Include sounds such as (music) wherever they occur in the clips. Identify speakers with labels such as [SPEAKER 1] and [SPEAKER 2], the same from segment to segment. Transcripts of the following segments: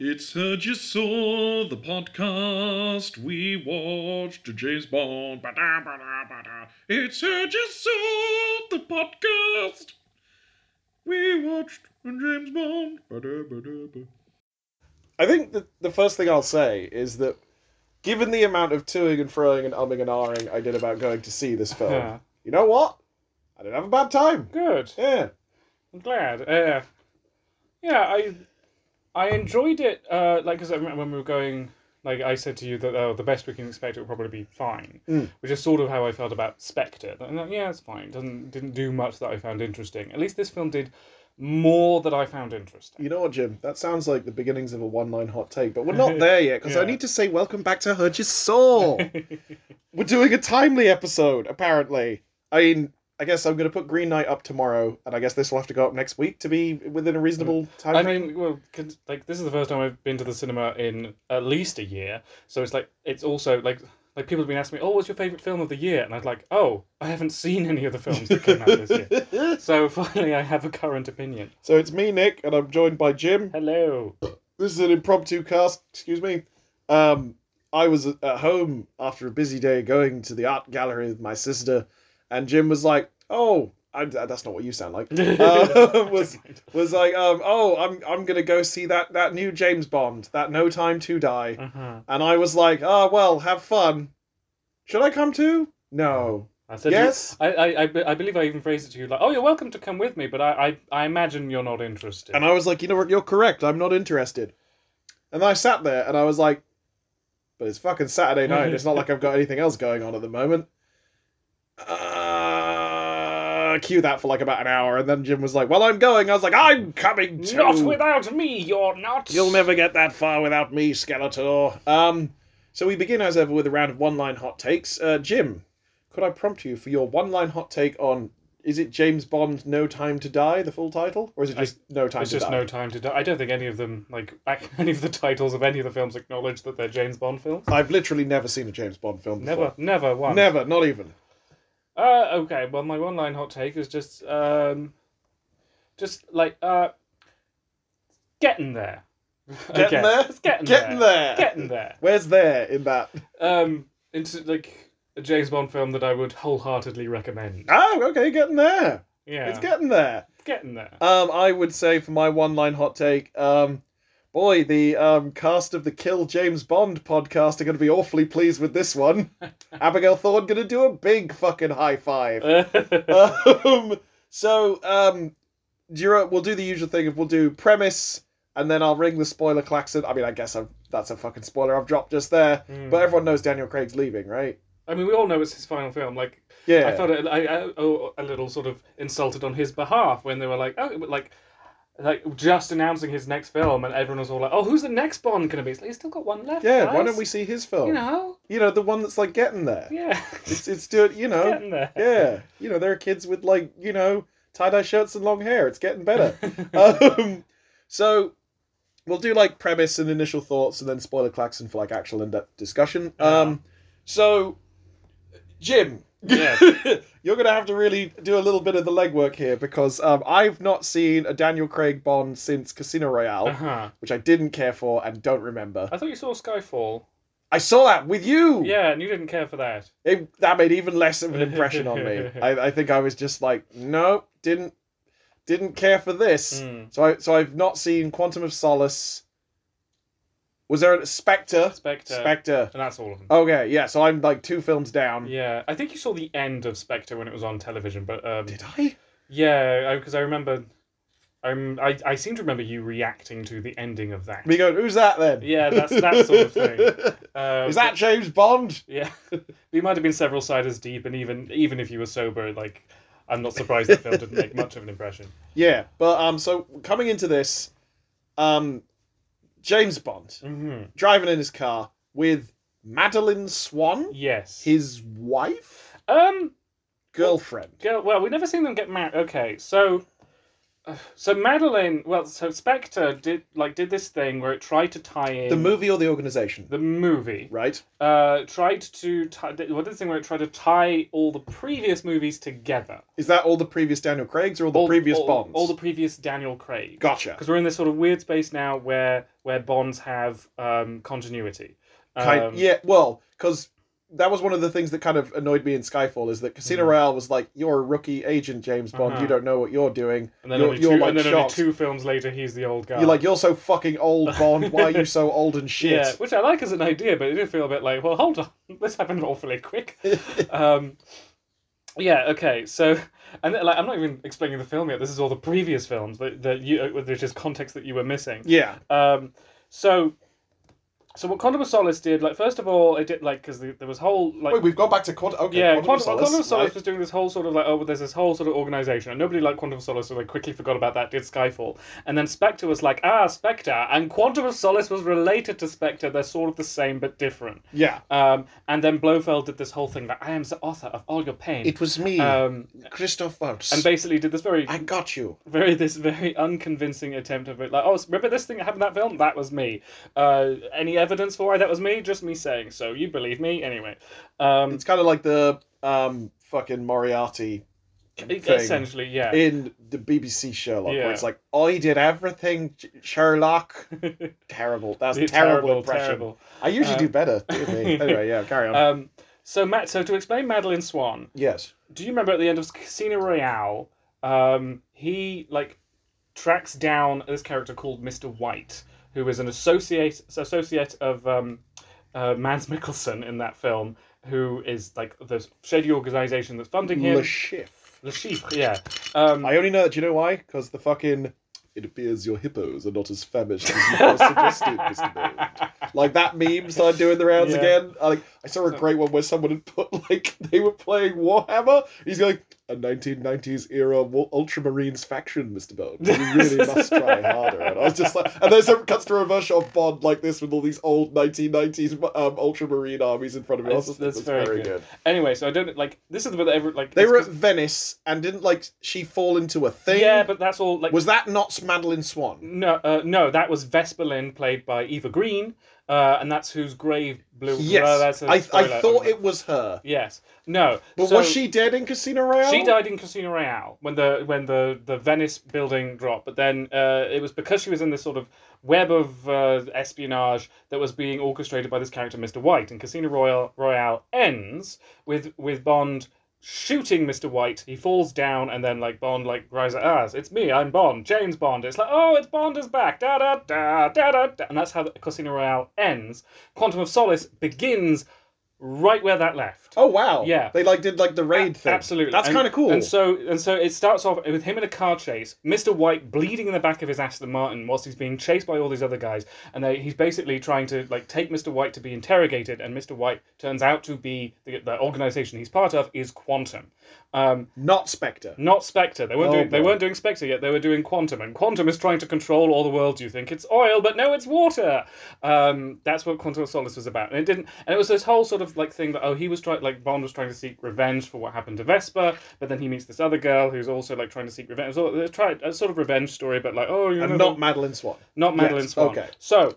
[SPEAKER 1] It's Heard You Saw, the podcast. We watched James Bond. Ba-da, ba-da, ba-da. It's Heard You Saw, the podcast. We watched James Bond. Ba-da, ba-da, ba.
[SPEAKER 2] I think that the first thing I'll say is that given the amount of toing and throwing and umming and ahhing I did about going to see this film,
[SPEAKER 3] Yeah.
[SPEAKER 2] you know what? I didn't have a bad time.
[SPEAKER 3] Good.
[SPEAKER 2] Yeah.
[SPEAKER 3] I'm glad. Uh, yeah, I I enjoyed it. Uh, like, because I remember when we were going, like I said to you that oh, the best we can expect it will probably be fine,
[SPEAKER 2] Mm.
[SPEAKER 3] which is sort of how I felt about Spectre. And uh, yeah, it's fine. Doesn't didn't do much that I found interesting. At least this film did more that I found interesting.
[SPEAKER 2] You know what, Jim? That sounds like the beginnings of a one line hot take, but we're
[SPEAKER 3] (laughs)
[SPEAKER 2] not there yet because I
[SPEAKER 3] Yeah.
[SPEAKER 2] need to say welcome back to Hurt Your
[SPEAKER 3] (laughs)
[SPEAKER 2] Soul. we're doing a timely episode, apparently. I mean, I guess I'm going to put Green Knight up tomorrow, and I guess this will have to go up next week to be within a reasonable time.
[SPEAKER 3] I mean, well, 'cause, like this is the first time I've been to the cinema in at least a year, so it's like it's also like like people have been asking me, oh, what's your favorite film of the year, and I'm like, oh, I haven't seen any of the films that came out this year. So (laughs) finally, I have a current opinion.
[SPEAKER 2] (laughs) so it's me, Nick, and I'm joined by Jim.
[SPEAKER 3] Hello.
[SPEAKER 2] this is an impromptu cast. Excuse me. Um, I was at at home after a busy day going to the art gallery with my sister, and Jim was like, "Oh, I, that's not what you sound
[SPEAKER 3] (laughs)
[SPEAKER 2] like." Uh, (laughs) was was like, um, "Oh, I'm I'm gonna go see that that new James Bond, that No Time to Die,"
[SPEAKER 3] Uh-huh.
[SPEAKER 2] and I was like, "Ah, well, have fun." Should I come too? No.
[SPEAKER 3] I said
[SPEAKER 2] Yes.
[SPEAKER 3] You, I, I, I, be- I believe I even phrased it to you like, oh, you're welcome to come with me, but I, I, I imagine you're not interested.
[SPEAKER 2] And I was like, "You know what? You're correct. I'm not interested." And I sat there and I was like, but it's fucking Saturday night. It's not like I've got anything else going on at the moment. Uh, cue that for like about an hour, and then Jim was like, "Well, I'm going." I was like, "I'm coming too."
[SPEAKER 3] not without me, you're not.
[SPEAKER 2] You'll never get that far without me, Skeletor. Um, so we begin as ever with a round of one-line hot takes. Uh, Jim, could I prompt you for your one-line hot take on? Is it James Bond? No Time to Die, the full title, or is it
[SPEAKER 3] I-
[SPEAKER 2] just No Time
[SPEAKER 3] It's
[SPEAKER 2] to
[SPEAKER 3] just
[SPEAKER 2] Die?
[SPEAKER 3] no time to die. I don't think any of them, like (laughs) ac- any of the titles of any of the films, acknowledge that they're James Bond films.
[SPEAKER 2] I've literally never seen a James Bond film. Before.
[SPEAKER 3] Never, never once.
[SPEAKER 2] never, not even.
[SPEAKER 3] Uh, okay. Well, my one line hot take is just, um, just like uh, getting there. (laughs) I
[SPEAKER 2] Getting
[SPEAKER 3] guess.
[SPEAKER 2] there?
[SPEAKER 3] It's getting,
[SPEAKER 2] Getting there.
[SPEAKER 3] Getting there.
[SPEAKER 2] Where's there in that?
[SPEAKER 3] um into like a James Bond film that I would wholeheartedly recommend.
[SPEAKER 2] Oh, okay, getting there.
[SPEAKER 3] Yeah,
[SPEAKER 2] It's getting there.
[SPEAKER 3] getting there. (laughs)
[SPEAKER 2] Um, I would say for my one-line hot take, um, boy, the um cast of the Kill James Bond podcast are going to be awfully pleased with this
[SPEAKER 3] (laughs)
[SPEAKER 2] one. Abigail Thorne going to do a big fucking high five. (laughs)
[SPEAKER 3] (laughs)
[SPEAKER 2] um, so um, do you- we'll do the usual thing of we'll do premise and then I'll ring the spoiler klaxon. I mean, I guess I've, that's a fucking spoiler I've dropped just there.
[SPEAKER 3] Hmm.
[SPEAKER 2] But everyone knows Daniel Craig's leaving, right?
[SPEAKER 3] I mean, we all know it's his final film. Like,
[SPEAKER 2] Yeah.
[SPEAKER 3] I felt a- I, I, oh, a little sort of insulted on his behalf when they were like, oh, but like, like just announcing his next film, and everyone was all like, oh, who's the next Bond going to be? It's like, he's still got one left.
[SPEAKER 2] yeah, why
[SPEAKER 3] guys."
[SPEAKER 2] don't we see his film?
[SPEAKER 3] You know,
[SPEAKER 2] You know, the one that's like getting there.
[SPEAKER 3] yeah,
[SPEAKER 2] (laughs)
[SPEAKER 3] (laughs)
[SPEAKER 2] It's it's doing, you know,
[SPEAKER 3] getting there. (laughs)
[SPEAKER 2] yeah. You know, there are kids with like, you know, tie-dye shirts and long hair. It's getting better. um, so we'll do like premise and initial thoughts and then spoiler klaxon for like actual in-depth discussion. Um, so Jim,
[SPEAKER 3] Yes.
[SPEAKER 2] (laughs) you're gonna have to really do a little bit of the legwork here because um, I've not seen a Daniel Craig Bond since Casino Royale,
[SPEAKER 3] Uh-huh.
[SPEAKER 2] which I didn't care for and don't remember.
[SPEAKER 3] I thought you saw Skyfall.
[SPEAKER 2] I saw that with you.
[SPEAKER 3] Yeah, and you didn't care for that.
[SPEAKER 2] It, that made even less of an impression on
[SPEAKER 3] (laughs)
[SPEAKER 2] me. I, I think I was just like, no, didn't didn't care for this.
[SPEAKER 3] Mm.
[SPEAKER 2] So I so I've not seen Quantum of Solace. Was there a Spectre?
[SPEAKER 3] Spectre.
[SPEAKER 2] Spectre.
[SPEAKER 3] and that's all of them.
[SPEAKER 2] Okay, yeah. So I'm like two films down.
[SPEAKER 3] Yeah, I think you saw the end of Spectre when it was on television, but um,
[SPEAKER 2] Did I?
[SPEAKER 3] yeah, because I, remember, I'm, I I seem to remember you reacting to the ending of that.
[SPEAKER 2] Me going, who's that then?
[SPEAKER 3] Yeah, that's that sort
[SPEAKER 2] (laughs)
[SPEAKER 3] of thing. Uh,
[SPEAKER 2] Is that James Bond?
[SPEAKER 3] Yeah, (laughs) we might have been several ciders deep, and even even if you were sober, like I'm not surprised the film didn't make much of
[SPEAKER 2] (laughs)
[SPEAKER 3] an impression.
[SPEAKER 2] Yeah, but um, so coming into this, um, James Bond
[SPEAKER 3] hmm
[SPEAKER 2] driving in his car with Madeline Swan,
[SPEAKER 3] Yes.
[SPEAKER 2] his wife,
[SPEAKER 3] um.
[SPEAKER 2] girlfriend.
[SPEAKER 3] Yeah, well, we've never seen them get married. Okay, so uh, So Madeline, well, so Spectre did like did this thing where it tried to tie in
[SPEAKER 2] The movie or the organization?
[SPEAKER 3] the movie,
[SPEAKER 2] Right?
[SPEAKER 3] uh, tried to tie, did- well, this thing where it tried to tie all the previous movies together,
[SPEAKER 2] Is that all the previous Daniel Craig's or all the
[SPEAKER 3] all,
[SPEAKER 2] previous
[SPEAKER 3] all,
[SPEAKER 2] Bonds?
[SPEAKER 3] all the previous Daniel Craig.
[SPEAKER 2] Gotcha.
[SPEAKER 3] Because we're in this sort of weird space now where where Bonds have um, continuity.
[SPEAKER 2] Kind,
[SPEAKER 3] Um,
[SPEAKER 2] yeah, well, because that was one of the things that kind of annoyed me in Skyfall is that Casino
[SPEAKER 3] Mhm.
[SPEAKER 2] Royale was like, you're a rookie agent, James Bond.
[SPEAKER 3] Uh-huh.
[SPEAKER 2] You don't know what you're doing.
[SPEAKER 3] and then
[SPEAKER 2] you're-
[SPEAKER 3] only 2
[SPEAKER 2] you're, like,
[SPEAKER 3] and then only
[SPEAKER 2] shocked.
[SPEAKER 3] two films later, he's the old guy.
[SPEAKER 2] You're like, you're so fucking
[SPEAKER 3] (laughs)
[SPEAKER 2] old, Bond. Why are you so old and
[SPEAKER 3] Yeah,
[SPEAKER 2] shit?
[SPEAKER 3] which I like as an idea, but it did feel a bit like, well, hold on, (laughs) this happened awfully
[SPEAKER 2] (laughs)
[SPEAKER 3] quick. um, yeah, okay, so, and like, I'm not even explaining the film yet. This is all the previous films that, that you, uh, which is context that you were missing.
[SPEAKER 2] yeah.
[SPEAKER 3] Um, so, so what Quantum of Solace did, like, first of all, it did like because the, there was whole like.
[SPEAKER 2] Wait, we've gone back to Quantum. Okay,
[SPEAKER 3] yeah,
[SPEAKER 2] Quantum,
[SPEAKER 3] Quantum,
[SPEAKER 2] of Solace,
[SPEAKER 3] Quantum of Solace
[SPEAKER 2] right?
[SPEAKER 3] was doing this whole sort of like, oh, well, there's this whole sort of organization, and nobody liked Quantum of Solace, so they quickly forgot about that. Did Skyfall, and then Spectre was like, ah, Spectre, and Quantum of Solace was related to Spectre. They're sort of the same but different.
[SPEAKER 2] Yeah,
[SPEAKER 3] Um, and then Blofeld did this whole thing like, I am the author of all your pain.
[SPEAKER 2] it was me,
[SPEAKER 3] um,
[SPEAKER 2] Christoph Waltz.
[SPEAKER 3] and basically did this very,
[SPEAKER 2] I got you.
[SPEAKER 3] very this very unconvincing attempt of it like, oh, remember this thing that happened in that film? That was me. Uh, any evidence for why that was me? Just me saying so. You believe me anyway. Um,
[SPEAKER 2] It's kind of like the um fucking Moriarty thing
[SPEAKER 3] e, essentially, yeah.
[SPEAKER 2] in the BBC Sherlock,
[SPEAKER 3] Yeah.
[SPEAKER 2] where it's like I did everything, J-
[SPEAKER 3] (laughs)
[SPEAKER 2] Sherlock. terrible. That's a terrible, impression.
[SPEAKER 3] terrible.
[SPEAKER 2] I usually
[SPEAKER 3] Um,
[SPEAKER 2] do better. dear
[SPEAKER 3] (laughs)
[SPEAKER 2] me. anyway, yeah, carry on.
[SPEAKER 3] Um, so Matt, so to explain Madeline Swan,
[SPEAKER 2] yes.
[SPEAKER 3] do you remember at the end of Casino Royale, um, he like tracks down this character called Mister White, who is an associate associate of um, uh, Mans Mikkelsen in that film, who is like the shady organization that's funding him.
[SPEAKER 2] Le Chiffre.
[SPEAKER 3] Le Chiffre, yeah. Um,
[SPEAKER 2] I only know that. Do you know why? Because the fucking. It appears your hippos are not as famished as you first
[SPEAKER 3] (laughs)
[SPEAKER 2] suggested, Mr. Bond. Like that meme started doing the rounds
[SPEAKER 3] Yeah.
[SPEAKER 2] again. I, like I saw a great one where someone had put like (laughs) they were playing Warhammer. He's like a 1990s era wa- Ultramarines faction, Mr. Bond. You really must
[SPEAKER 3] (laughs)
[SPEAKER 2] try harder. And I was just like, and there's a cuts to a reverse shot of Bond like this with all these old 1990s um, Ultramarine armies in front of him. I was
[SPEAKER 3] That's-
[SPEAKER 2] just like,
[SPEAKER 3] that's very good. anyway, so I don't like this is the bit that ever like
[SPEAKER 2] They
[SPEAKER 3] it's
[SPEAKER 2] were at
[SPEAKER 3] 'cause-
[SPEAKER 2] Venice and didn't like she fall into a thing.
[SPEAKER 3] yeah, but that's all like
[SPEAKER 2] was that not Madeline Swan?
[SPEAKER 3] No, uh, no, that was Vesperlin, played by Eva Green, uh, and that's whose grave blew. Well,
[SPEAKER 2] Yes,
[SPEAKER 3] that's a
[SPEAKER 2] I,
[SPEAKER 3] spoiler.
[SPEAKER 2] I thought it was her.
[SPEAKER 3] Yes, no.
[SPEAKER 2] But
[SPEAKER 3] so
[SPEAKER 2] was she dead in Casino Royale?
[SPEAKER 3] She died in Casino Royale when the when the, the Venice building dropped. But then uh, it was because she was in this sort of web of uh, espionage that was being orchestrated by this character, Mister White. And Casino Royale Royale ends with with Bond shooting Mr. White. He falls down, and then like Bond like cries, "Ah, it's me! I'm Bond, James Bond." It's like, "Oh, it's Bond is back!" Da da da da da. da. And that's how Casino Royale ends. Quantum of Solace begins right where that left.
[SPEAKER 2] Oh wow!
[SPEAKER 3] Yeah.
[SPEAKER 2] they like did like the raid
[SPEAKER 3] A-
[SPEAKER 2] thing.
[SPEAKER 3] Absolutely,
[SPEAKER 2] that's
[SPEAKER 3] And-
[SPEAKER 2] kind of cool.
[SPEAKER 3] And so, and so it starts off with him in a car chase. Mister White bleeding in the back of his Aston Martin whilst he's being chased by all these other guys, and they, he's basically trying to like take Mister White to be interrogated. And Mister White turns out to be the, the organization he's part of is Quantum, um,
[SPEAKER 2] Not Spectre.
[SPEAKER 3] not Spectre. They weren't
[SPEAKER 2] Oh,
[SPEAKER 3] doing, they
[SPEAKER 2] boy.
[SPEAKER 3] weren't doing Spectre yet. They were doing Quantum, and Quantum is trying to control all the world. You think it's oil, but no, it's water. Um, that's what Quantum of Solace was about, and it didn't. And it was this whole sort of like thing that oh, he was trying like Bond was trying to seek revenge for what happened to Vespa, but then he meets this other girl who's also like trying to seek revenge. So they tried a sort of revenge story, but like oh, you
[SPEAKER 2] And
[SPEAKER 3] know,
[SPEAKER 2] not Madeline Swan,
[SPEAKER 3] not Madeline
[SPEAKER 2] Yes,
[SPEAKER 3] Swan.
[SPEAKER 2] okay.
[SPEAKER 3] So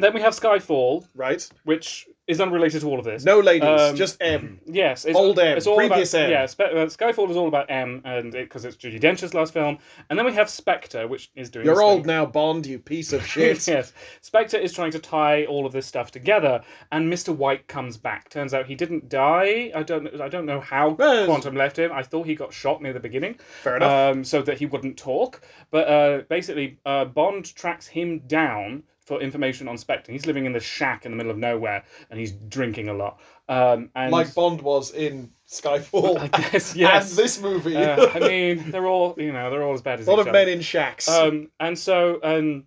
[SPEAKER 3] then we have Skyfall,
[SPEAKER 2] right?
[SPEAKER 3] which is unrelated to all of this.
[SPEAKER 2] No ladies,
[SPEAKER 3] Um,
[SPEAKER 2] just
[SPEAKER 3] (clears throat)
[SPEAKER 2] M.
[SPEAKER 3] Yes, it's,
[SPEAKER 2] Old M,
[SPEAKER 3] It's all
[SPEAKER 2] previous
[SPEAKER 3] about,
[SPEAKER 2] M.
[SPEAKER 3] Yeah, Spe- uh, Skyfall is all about M, and because it's Judy Dench's last film, and then we have Spectre, which is doing.
[SPEAKER 2] You're
[SPEAKER 3] this
[SPEAKER 2] old
[SPEAKER 3] thing-
[SPEAKER 2] now, Bond. You piece
[SPEAKER 3] (laughs)
[SPEAKER 2] of (laughs) shit.
[SPEAKER 3] yes, Spectre is trying to tie all of this stuff together, and Mister White comes back. Turns out he didn't die. I don't. I don't know how
[SPEAKER 2] Well,
[SPEAKER 3] Quantum left him. I thought he got shot near the beginning,
[SPEAKER 2] Fair enough.
[SPEAKER 3] um, so that he wouldn't talk. But uh, basically, uh, Bond tracks him down. For information on Spectre, he's living in the shack in the middle of nowhere, and he's drinking a lot. Um, and
[SPEAKER 2] like Bond was in Skyfall.
[SPEAKER 3] I guess (laughs) yes.
[SPEAKER 2] (laughs) And this movie.
[SPEAKER 3] Uh,
[SPEAKER 2] (laughs)
[SPEAKER 3] I mean, they're all you know, they're all as bad as
[SPEAKER 2] a lot
[SPEAKER 3] each
[SPEAKER 2] of
[SPEAKER 3] other.
[SPEAKER 2] men in shacks.
[SPEAKER 3] Um, and so um,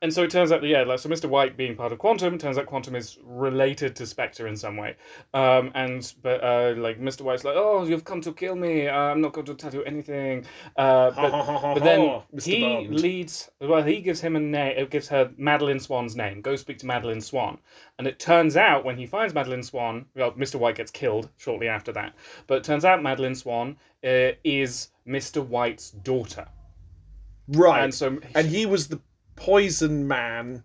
[SPEAKER 3] and so it turns out that yeah, like so, Mr. White being part of Quantum, it turns out Quantum is related to Spectre in some way. Um, and but uh, like Mr. White's like, oh, you've come to kill me. Uh, I'm not going to tell you anything. Uh,
[SPEAKER 2] (laughs) Oh,
[SPEAKER 3] but but then
[SPEAKER 2] Mr.
[SPEAKER 3] he
[SPEAKER 2] Bond.
[SPEAKER 3] leads. Well, he gives him a name. It gives her Madeline Swan's name. Go speak to Madeline Swan. And it turns out when he finds Madeline Swan, well, Mr. White gets killed shortly after that. But it turns out Madeline Swan uh, is Mr. White's daughter.
[SPEAKER 2] Right.
[SPEAKER 3] And so
[SPEAKER 2] and he was the poison man.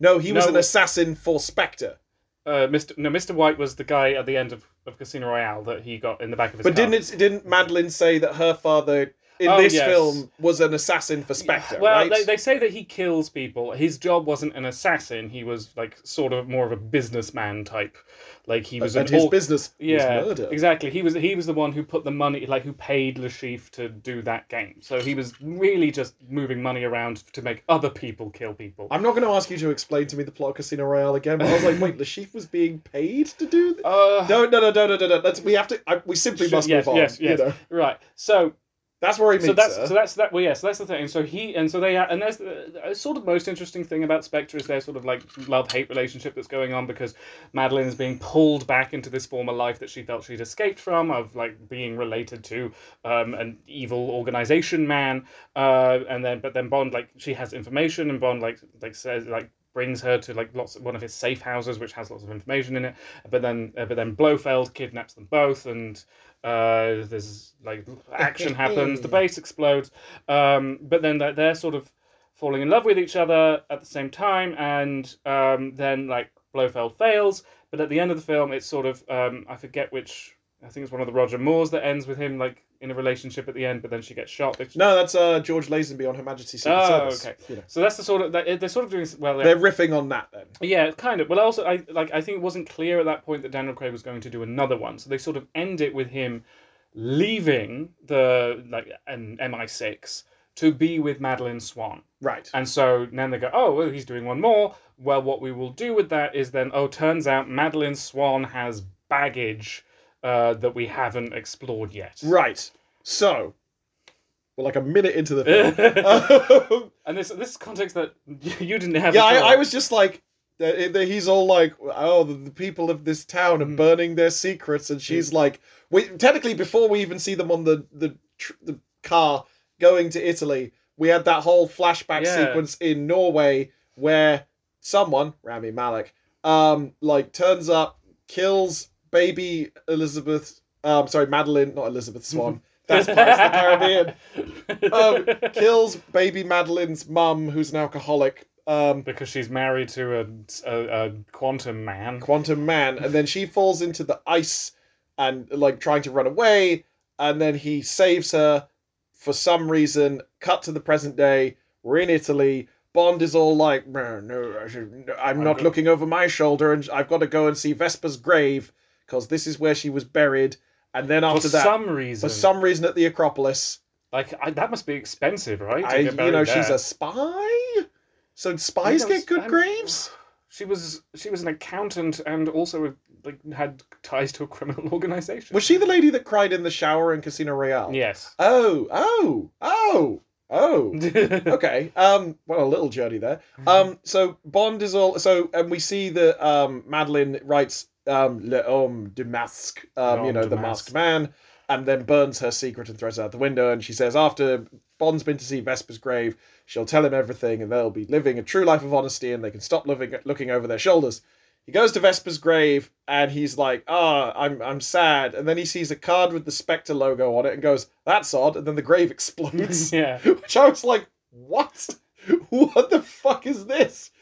[SPEAKER 2] No, he was
[SPEAKER 3] No.
[SPEAKER 2] an assassin for Spectre.
[SPEAKER 3] uh, Mr. No, Mr. White was the guy at the end of, of Casino Royale that he got in the back of his.
[SPEAKER 2] But
[SPEAKER 3] car.
[SPEAKER 2] didn't it, didn't Madeline say that her father in
[SPEAKER 3] Oh,
[SPEAKER 2] this
[SPEAKER 3] yes.
[SPEAKER 2] film was an assassin for Spectre?
[SPEAKER 3] Well,
[SPEAKER 2] right?
[SPEAKER 3] they, they say that he kills people. His job wasn't an assassin. He was like sort of more of a businessman type. Like he was
[SPEAKER 2] and
[SPEAKER 3] an
[SPEAKER 2] his
[SPEAKER 3] all-
[SPEAKER 2] business
[SPEAKER 3] yeah,
[SPEAKER 2] was murder.
[SPEAKER 3] exactly. He was he was the one who put the money, like who paid Lashif to do that game. So he was really just moving money around to make other people kill people.
[SPEAKER 2] I'm not going to ask you to explain to me the plot of Casino Royale again, but I was like, wait, Lashif was being paid to do this?
[SPEAKER 3] Uh,
[SPEAKER 2] No, no, no, no, no, no, no. That's, we have to. I, we simply
[SPEAKER 3] Sure,
[SPEAKER 2] must
[SPEAKER 3] yes,
[SPEAKER 2] move on.
[SPEAKER 3] yes, yes.
[SPEAKER 2] You know,
[SPEAKER 3] right. So
[SPEAKER 2] that's where he meets
[SPEAKER 3] so that's
[SPEAKER 2] her.
[SPEAKER 3] so that's that. Well, yes, that's the thing. And so he and so they are, and there's the, uh, sort of most interesting thing about Spectre is their sort of like love hate relationship that's going on because Madeline is being pulled back into this former life that she felt she'd escaped from of like being related to um, an evil organization man, uh, and then but then Bond like she has information and Bond like like says like brings her to like lots one of his safe houses which has lots of information in it but then uh, but then blofeld kidnaps them both and uh, there's like action happens the base explodes um, but then they're, they're sort of falling in love with each other at the same time and um, then like blofeld fails but at the end of the film it's sort of um, i forget which i think it's one of the roger moores that ends with him like in a relationship at the end but then she gets shot It's-
[SPEAKER 2] No, that's uh, George Lazenby on Her Majesty's Secret
[SPEAKER 3] Oh,
[SPEAKER 2] Service.
[SPEAKER 3] okay.
[SPEAKER 2] You know.
[SPEAKER 3] so that's the sort of that- they're sort of doing well
[SPEAKER 2] They're riffing on that then.
[SPEAKER 3] Yeah, kind of. Well, also, I like. I think it wasn't clear at that point that Daniel Craig was going to do another one, so they sort of end it with him leaving the like an MI6 to be with Madeline Swan,
[SPEAKER 2] Right.
[SPEAKER 3] and so then they go, oh, well, he's doing one more. Well, what we will do with that is then, oh, turns out Madeline Swan has baggage uh, that we haven't explored yet.
[SPEAKER 2] Right. So, we're like a minute into the
[SPEAKER 3] (laughs)
[SPEAKER 2] film. Um,
[SPEAKER 3] And this this context that (laughs) you didn't have.
[SPEAKER 2] yeah,
[SPEAKER 3] at all.
[SPEAKER 2] I, I was just like, uh, uh, he's all like, oh, the, the people of this town are
[SPEAKER 3] Mm.
[SPEAKER 2] burning their secrets, and she's
[SPEAKER 3] Hmm.
[SPEAKER 2] like, we technically before we even see them on the the tr- the car going to Italy, we had that whole flashback
[SPEAKER 3] Yeah.
[SPEAKER 2] sequence in Norway where someone, Rami Malek, um, like turns up, kills baby Elizabeth, um, sorry Madeline, not Elizabeth
[SPEAKER 3] (laughs)
[SPEAKER 2] Swan. That's Pirates of the Caribbean um, kills baby Madeline's mum, who's an alcoholic, um,
[SPEAKER 3] because she's married to a, a, a quantum man.
[SPEAKER 2] quantum man, and then she falls into the ice and like trying to run away, and then he saves her for some reason. Cut to the present day. We're in Italy. Bond is all like, no, no, I should, no, I'm
[SPEAKER 3] I'm
[SPEAKER 2] not
[SPEAKER 3] good."
[SPEAKER 2] looking over my shoulder, and I've got to go and see Vespa's grave because this is where she was buried. And then after
[SPEAKER 3] for
[SPEAKER 2] that,
[SPEAKER 3] some reason,
[SPEAKER 2] for some reason, at the Acropolis,
[SPEAKER 3] like I, that must be expensive, right? to
[SPEAKER 2] I, you
[SPEAKER 3] get buried
[SPEAKER 2] know, she's
[SPEAKER 3] there?
[SPEAKER 2] a spy. So spies
[SPEAKER 3] You know,
[SPEAKER 2] get good
[SPEAKER 3] I'm-
[SPEAKER 2] graves.
[SPEAKER 3] she was she was an accountant and also like had ties to a criminal (laughs) organization.
[SPEAKER 2] Was she the lady that cried in the shower in Casino Royale?
[SPEAKER 3] Yes. (laughs)
[SPEAKER 2] Oh, oh, oh, oh. okay. Um. What a little journey there. (laughs) Um. So Bond is all. So and we see that um Madeline writes um Le Homme de Masque. Um. you
[SPEAKER 3] Homme
[SPEAKER 2] know
[SPEAKER 3] de
[SPEAKER 2] the
[SPEAKER 3] Masque.
[SPEAKER 2] masked man, and then burns her secret and throws it out the window. And she says after Bond's been to see Vespa's grave, she'll tell him everything, and they'll be living a true life of honesty, and they can stop living looking over their shoulders. He goes to Vespa's grave and he's like, "Ah, I'm I'm sad." And then he sees a card with the Spectre logo on it and goes, "That's odd." And then the grave (laughs)
[SPEAKER 3] (laughs)
[SPEAKER 2] explodes
[SPEAKER 3] yeah.
[SPEAKER 2] which I was like, what? (laughs) What the fuck is this?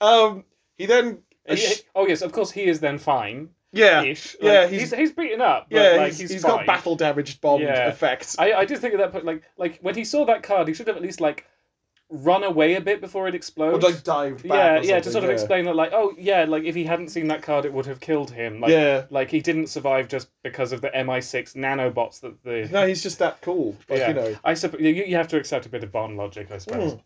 [SPEAKER 2] Um, he then,
[SPEAKER 3] And he- oh yes, of course he is then fine.
[SPEAKER 2] yeah,
[SPEAKER 3] Ish.
[SPEAKER 2] Yeah,
[SPEAKER 3] Like,
[SPEAKER 2] he's-
[SPEAKER 3] he's, he's beaten up. But,
[SPEAKER 2] yeah,
[SPEAKER 3] like,
[SPEAKER 2] he's,
[SPEAKER 3] he's,
[SPEAKER 2] he's
[SPEAKER 3] fine.
[SPEAKER 2] got battle damaged bomb
[SPEAKER 3] Yeah.
[SPEAKER 2] effects.
[SPEAKER 3] I, I did think at that point, like like when he saw that card, he should have at least like run away a bit before it
[SPEAKER 2] Or
[SPEAKER 3] explodes.
[SPEAKER 2] like dived
[SPEAKER 3] yeah,
[SPEAKER 2] back. or
[SPEAKER 3] yeah, to
[SPEAKER 2] something,
[SPEAKER 3] sort of explain that, like, oh yeah, like if he hadn't seen that card, it would have killed him. Like,
[SPEAKER 2] yeah,
[SPEAKER 3] like he didn't survive just because of the MI6 nanobots that the.
[SPEAKER 2] no, he's just that cool. Like,
[SPEAKER 3] yeah.
[SPEAKER 2] you know.
[SPEAKER 3] I suppose you, you have to accept a bit of Bond logic, I suppose.
[SPEAKER 2] Mm.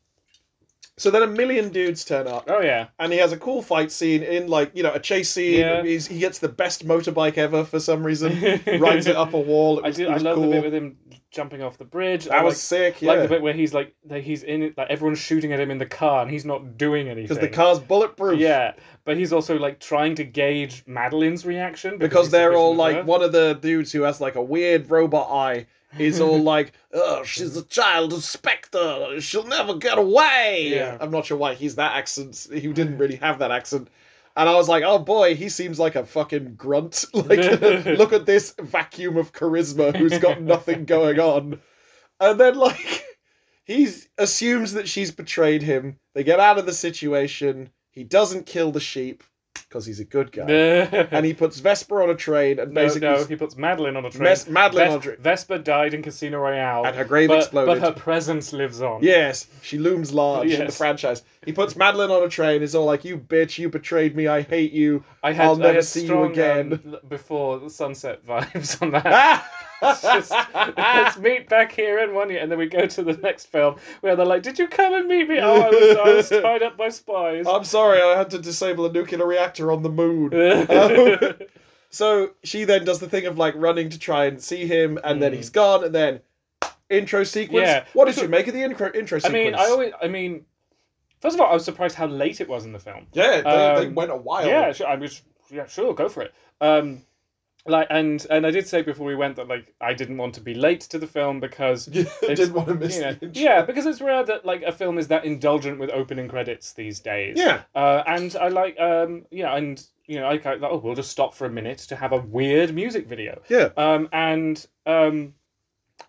[SPEAKER 2] So then a million dudes turn up, (laughs)
[SPEAKER 3] Oh yeah,
[SPEAKER 2] and he has a cool fight scene in like you know a chase scene.
[SPEAKER 3] Yeah.
[SPEAKER 2] He's, he gets the best motorbike ever for some
[SPEAKER 3] (laughs)
[SPEAKER 2] reason, rides it up a wall. It
[SPEAKER 3] I
[SPEAKER 2] was,
[SPEAKER 3] do.
[SPEAKER 2] it
[SPEAKER 3] I
[SPEAKER 2] was
[SPEAKER 3] love
[SPEAKER 2] cool.
[SPEAKER 3] the bit with him jumping off the bridge.
[SPEAKER 2] that
[SPEAKER 3] I
[SPEAKER 2] was
[SPEAKER 3] like,
[SPEAKER 2] sick.
[SPEAKER 3] like
[SPEAKER 2] Yeah,
[SPEAKER 3] the bit where he's like that he's in it, like everyone's shooting at him in the car, and he's not doing anything.
[SPEAKER 2] because the car's bulletproof.
[SPEAKER 3] Yeah, but he's also like trying to gauge Madeline's reaction
[SPEAKER 2] because
[SPEAKER 3] he's
[SPEAKER 2] they're all
[SPEAKER 3] sufficient
[SPEAKER 2] like
[SPEAKER 3] with her.
[SPEAKER 2] one of the dudes who has like a weird robot eye
[SPEAKER 3] (laughs)
[SPEAKER 2] is all like oh she's a child of spectre she'll never get away
[SPEAKER 3] Yeah.
[SPEAKER 2] i'm not sure why he's that accent he didn't really have that accent and i was like oh boy he seems like a fucking grunt (laughs)
[SPEAKER 3] (laughs)
[SPEAKER 2] like look at this vacuum of charisma who's got nothing going on and then like (laughs) he assumes that she's betrayed him. They get out of the situation. He doesn't kill the sheep because he's a good
[SPEAKER 3] (laughs)
[SPEAKER 2] guy. And he puts Vesper on a train and
[SPEAKER 3] no,
[SPEAKER 2] basically
[SPEAKER 3] no, he puts Madeline on a train.
[SPEAKER 2] Mes- Madeline on a train.
[SPEAKER 3] Vesper died in Casino Royale,
[SPEAKER 2] and her grave
[SPEAKER 3] but,
[SPEAKER 2] exploded.
[SPEAKER 3] but her presence lives on.
[SPEAKER 2] Yes, she looms large in the
[SPEAKER 3] Yes.
[SPEAKER 2] franchise. He puts Madeline on a train. Is all like, "You bitch, you betrayed me. I hate you."
[SPEAKER 3] I had,
[SPEAKER 2] I'll
[SPEAKER 3] I
[SPEAKER 2] never
[SPEAKER 3] had
[SPEAKER 2] see you
[SPEAKER 3] strong,
[SPEAKER 2] again.
[SPEAKER 3] um, l- before the sunset vibes on
[SPEAKER 2] (laughs)
[SPEAKER 3] that.
[SPEAKER 2] Ah!
[SPEAKER 3] (laughs) (laughs) It's just, let's meet back here in one year, and then we go to the next film where they're like, "Did you come and meet me? Oh, I was, I
[SPEAKER 2] (laughs)
[SPEAKER 3] was tied up by spies." (laughs)
[SPEAKER 2] I'm sorry, I had to disable a nuclear reactor on the moon. Oh. So she then does the thing of like running to try and see him, and then
[SPEAKER 3] Mm.
[SPEAKER 2] he's gone, and then intro sequence.
[SPEAKER 3] Yeah.
[SPEAKER 2] What did
[SPEAKER 3] So-
[SPEAKER 2] you make of the intro, intro
[SPEAKER 3] I
[SPEAKER 2] sequence?
[SPEAKER 3] mean, I always, I mean, first of all, I was surprised how late it was in the film.
[SPEAKER 2] yeah, they, they
[SPEAKER 3] um,
[SPEAKER 2] went a while.
[SPEAKER 3] Yeah, sure, I was, yeah, sure, go for it. Um, like, and and I did say before we went that like I didn't want to be late to the film because.
[SPEAKER 2] (laughs) You
[SPEAKER 3] it's-
[SPEAKER 2] didn't want to miss
[SPEAKER 3] you know,
[SPEAKER 2] the intro.
[SPEAKER 3] yeah, because it's rare that like a film is that indulgent with opening credits these days.
[SPEAKER 2] Yeah.
[SPEAKER 3] Uh, and I like, um, yeah, and you know, I kind of, oh, we'll just stop for a minute to have a weird music video.
[SPEAKER 2] Yeah.
[SPEAKER 3] Um, and um,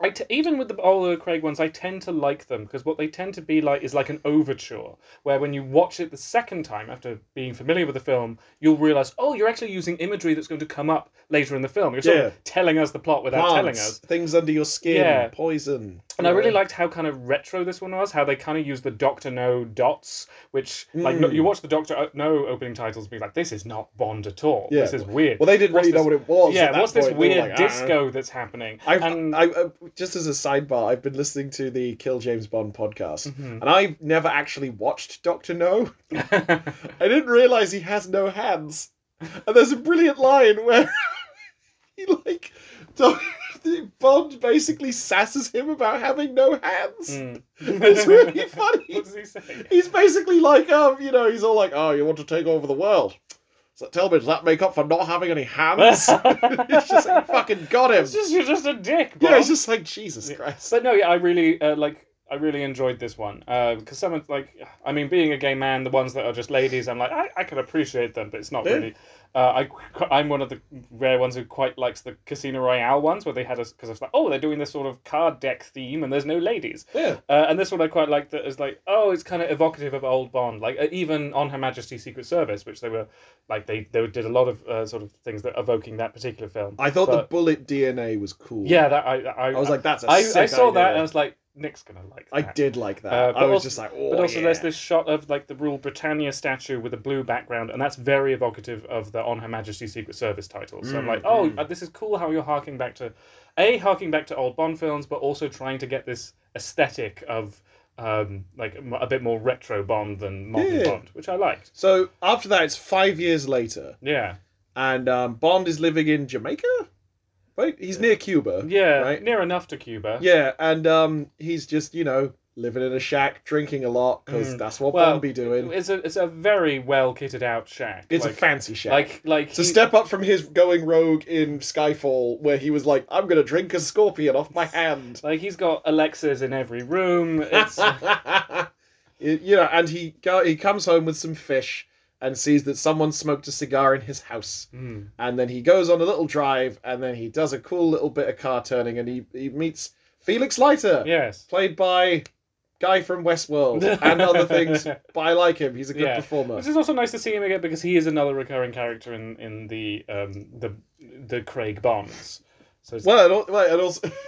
[SPEAKER 3] I t- even with the all the Craig ones, I tend to like them because what they tend to be like is like an overture, where when you watch it the second time after being familiar with the film, you'll realize, oh, you're actually using imagery that's going to come up later in the film. You're sort
[SPEAKER 2] Yeah.
[SPEAKER 3] of telling us the plot without telling
[SPEAKER 2] Plants,
[SPEAKER 3] us.
[SPEAKER 2] things under your skin,
[SPEAKER 3] Yeah.
[SPEAKER 2] poison.
[SPEAKER 3] And I really
[SPEAKER 2] Yeah.
[SPEAKER 3] liked how kind of retro this one was, how they kind of used the Doctor No dots, which like no,
[SPEAKER 2] Mm.
[SPEAKER 3] you watch the Doctor uh, No opening titles and be like, this is not Bond at all.
[SPEAKER 2] Yeah.
[SPEAKER 3] This is weird.
[SPEAKER 2] Well, they didn't
[SPEAKER 3] What's
[SPEAKER 2] really know
[SPEAKER 3] this-
[SPEAKER 2] what it was. at
[SPEAKER 3] yeah,
[SPEAKER 2] that
[SPEAKER 3] what's this
[SPEAKER 2] point. They were
[SPEAKER 3] weird
[SPEAKER 2] like, "Ah."
[SPEAKER 3] disco that's happening?
[SPEAKER 2] I've,
[SPEAKER 3] and (laughs)
[SPEAKER 2] I, I, just as a sidebar, I've been listening to the Kill James Bond podcast,
[SPEAKER 3] (laughs) Mhm.
[SPEAKER 2] and I've never actually watched Doctor No. I didn't realize he has no hands. And there's a brilliant line where (laughs) he like Doc- (laughs) Bond basically sasses him about having no hands.
[SPEAKER 3] Mm.
[SPEAKER 2] (laughs) It's really funny.
[SPEAKER 3] what does he say?
[SPEAKER 2] He's basically like, um, you know, he's all like, "Oh, you want to take over the world." So tell me, does that make up for not having any
[SPEAKER 3] (laughs)
[SPEAKER 2] hands? it's just like, you fucking got him.
[SPEAKER 3] (laughs) It's just, you're just a dick.
[SPEAKER 2] Yeah,
[SPEAKER 3] Bob.
[SPEAKER 2] it's just like Jesus
[SPEAKER 3] Yeah.
[SPEAKER 2] Christ.
[SPEAKER 3] But no, yeah, I really uh, like. I really enjoyed this one uh, because someone like, I mean, being a gay man, the ones that are just ladies, I'm like, I, I can appreciate them, but it's not
[SPEAKER 2] Yeah.
[SPEAKER 3] really. Uh, I (laughs) I'm one of the rare ones who quite likes the Casino Royale ones where they had us because I was like, oh, they're doing this sort of card deck theme and there's no ladies.
[SPEAKER 2] Yeah,
[SPEAKER 3] Uh, and this one I quite like that is like, oh, it's kind of evocative of old Bond, like uh, even on Her Majesty's Secret Service, which they were like they they did a lot of uh, sort of things that evoking that particular film.
[SPEAKER 2] I thought the
[SPEAKER 3] But-
[SPEAKER 2] bullet DNA was cool.
[SPEAKER 3] yeah, that I I,
[SPEAKER 2] I was like, that's a
[SPEAKER 3] I,
[SPEAKER 2] sick
[SPEAKER 3] I saw
[SPEAKER 2] idea.
[SPEAKER 3] that and I was like, Nick's gonna like that.
[SPEAKER 2] I did like that.
[SPEAKER 3] Uh, but
[SPEAKER 2] I was
[SPEAKER 3] also-
[SPEAKER 2] just like, oh,
[SPEAKER 3] But also,
[SPEAKER 2] yeah.
[SPEAKER 3] there's this shot of like the Rule Britannia statue with a blue background, and that's very evocative of the On Her Majesty's Secret Service title. So I'm like, oh,
[SPEAKER 2] Mm.
[SPEAKER 3] uh, this is cool how you're harking back to, a harking back to old Bond films, but also trying to get this aesthetic of um, like m- a bit more retro Bond than modern
[SPEAKER 2] Yeah.
[SPEAKER 3] Bond, which I liked.
[SPEAKER 2] So after that, it's five years later,
[SPEAKER 3] Yeah,
[SPEAKER 2] and um, Bond is living in Jamaica. Right, he's near Cuba.
[SPEAKER 3] yeah,
[SPEAKER 2] right.
[SPEAKER 3] near enough to Cuba.
[SPEAKER 2] Yeah, and um, he's just you know living in a shack, drinking a lot because
[SPEAKER 3] Mm.
[SPEAKER 2] that's what
[SPEAKER 3] Well,
[SPEAKER 2] Bond be doing.
[SPEAKER 3] it's a it's a very well kitted out shack.
[SPEAKER 2] It's
[SPEAKER 3] Like-
[SPEAKER 2] a fancy shack.
[SPEAKER 3] Like like
[SPEAKER 2] it's a
[SPEAKER 3] he-
[SPEAKER 2] step up from his going rogue in Skyfall, where he was like, "I'm gonna drink a scorpion off my hand."
[SPEAKER 3] like he's got Alexas in every room. (laughs)
[SPEAKER 2] (laughs)
[SPEAKER 3] It's
[SPEAKER 2] It- you know, and he go, he comes home with some fish and sees that someone smoked a cigar in his house.
[SPEAKER 3] Mm.
[SPEAKER 2] And then he goes on a little drive, and then he does a cool little bit of car turning, and he, he meets Felix Leiter,
[SPEAKER 3] yes.
[SPEAKER 2] played by guy from Westworld and other things. But I like him; he's a good
[SPEAKER 3] Yeah.
[SPEAKER 2] performer.
[SPEAKER 3] (laughs) Which is also nice to see him again because he is another recurring character in in the um the the Craig Bonds. So it's,
[SPEAKER 2] Well, and, al- well, and also. (laughs)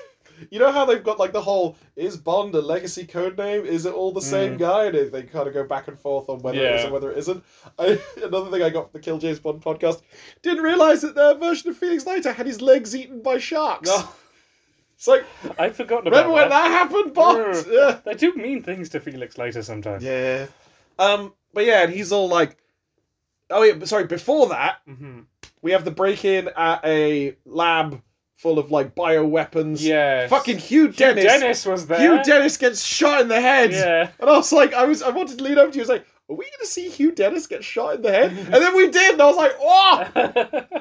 [SPEAKER 2] You know how they've got like the whole is Bond a legacy code name? Is it all the same
[SPEAKER 3] Mm.
[SPEAKER 2] guy? And they- they kind of go back and forth on whether it is
[SPEAKER 3] Yeah.
[SPEAKER 2] and whether it isn't. I, (laughs) another thing I got from the Kill James Bond podcast didn't realize that their version of Felix Leiter had his legs eaten by sharks.
[SPEAKER 3] No,
[SPEAKER 2] It's like
[SPEAKER 3] I've forgotten about
[SPEAKER 2] remember when that happened, Bond?
[SPEAKER 3] Grr.
[SPEAKER 2] yeah.
[SPEAKER 3] They do mean things to Felix later
[SPEAKER 2] (laughs)
[SPEAKER 3] sometimes.
[SPEAKER 2] Yeah. Um. But yeah, and he's all like, "Oh yeah, but sorry." Before that,
[SPEAKER 3] Mhm.
[SPEAKER 2] we have the break in at a lab full of like bioweapons.
[SPEAKER 3] Yes.
[SPEAKER 2] Fucking Hugh
[SPEAKER 3] Hugh
[SPEAKER 2] Dennis.
[SPEAKER 3] Dennis was there.
[SPEAKER 2] Hugh Dennis gets shot in the head.
[SPEAKER 3] Yeah.
[SPEAKER 2] (laughs) And I was like, I was, I wanted to lean over to you. I was like, are we going to see Hugh Dennis get shot in the
[SPEAKER 3] (laughs)
[SPEAKER 2] head? And then we did. And I was like, oh,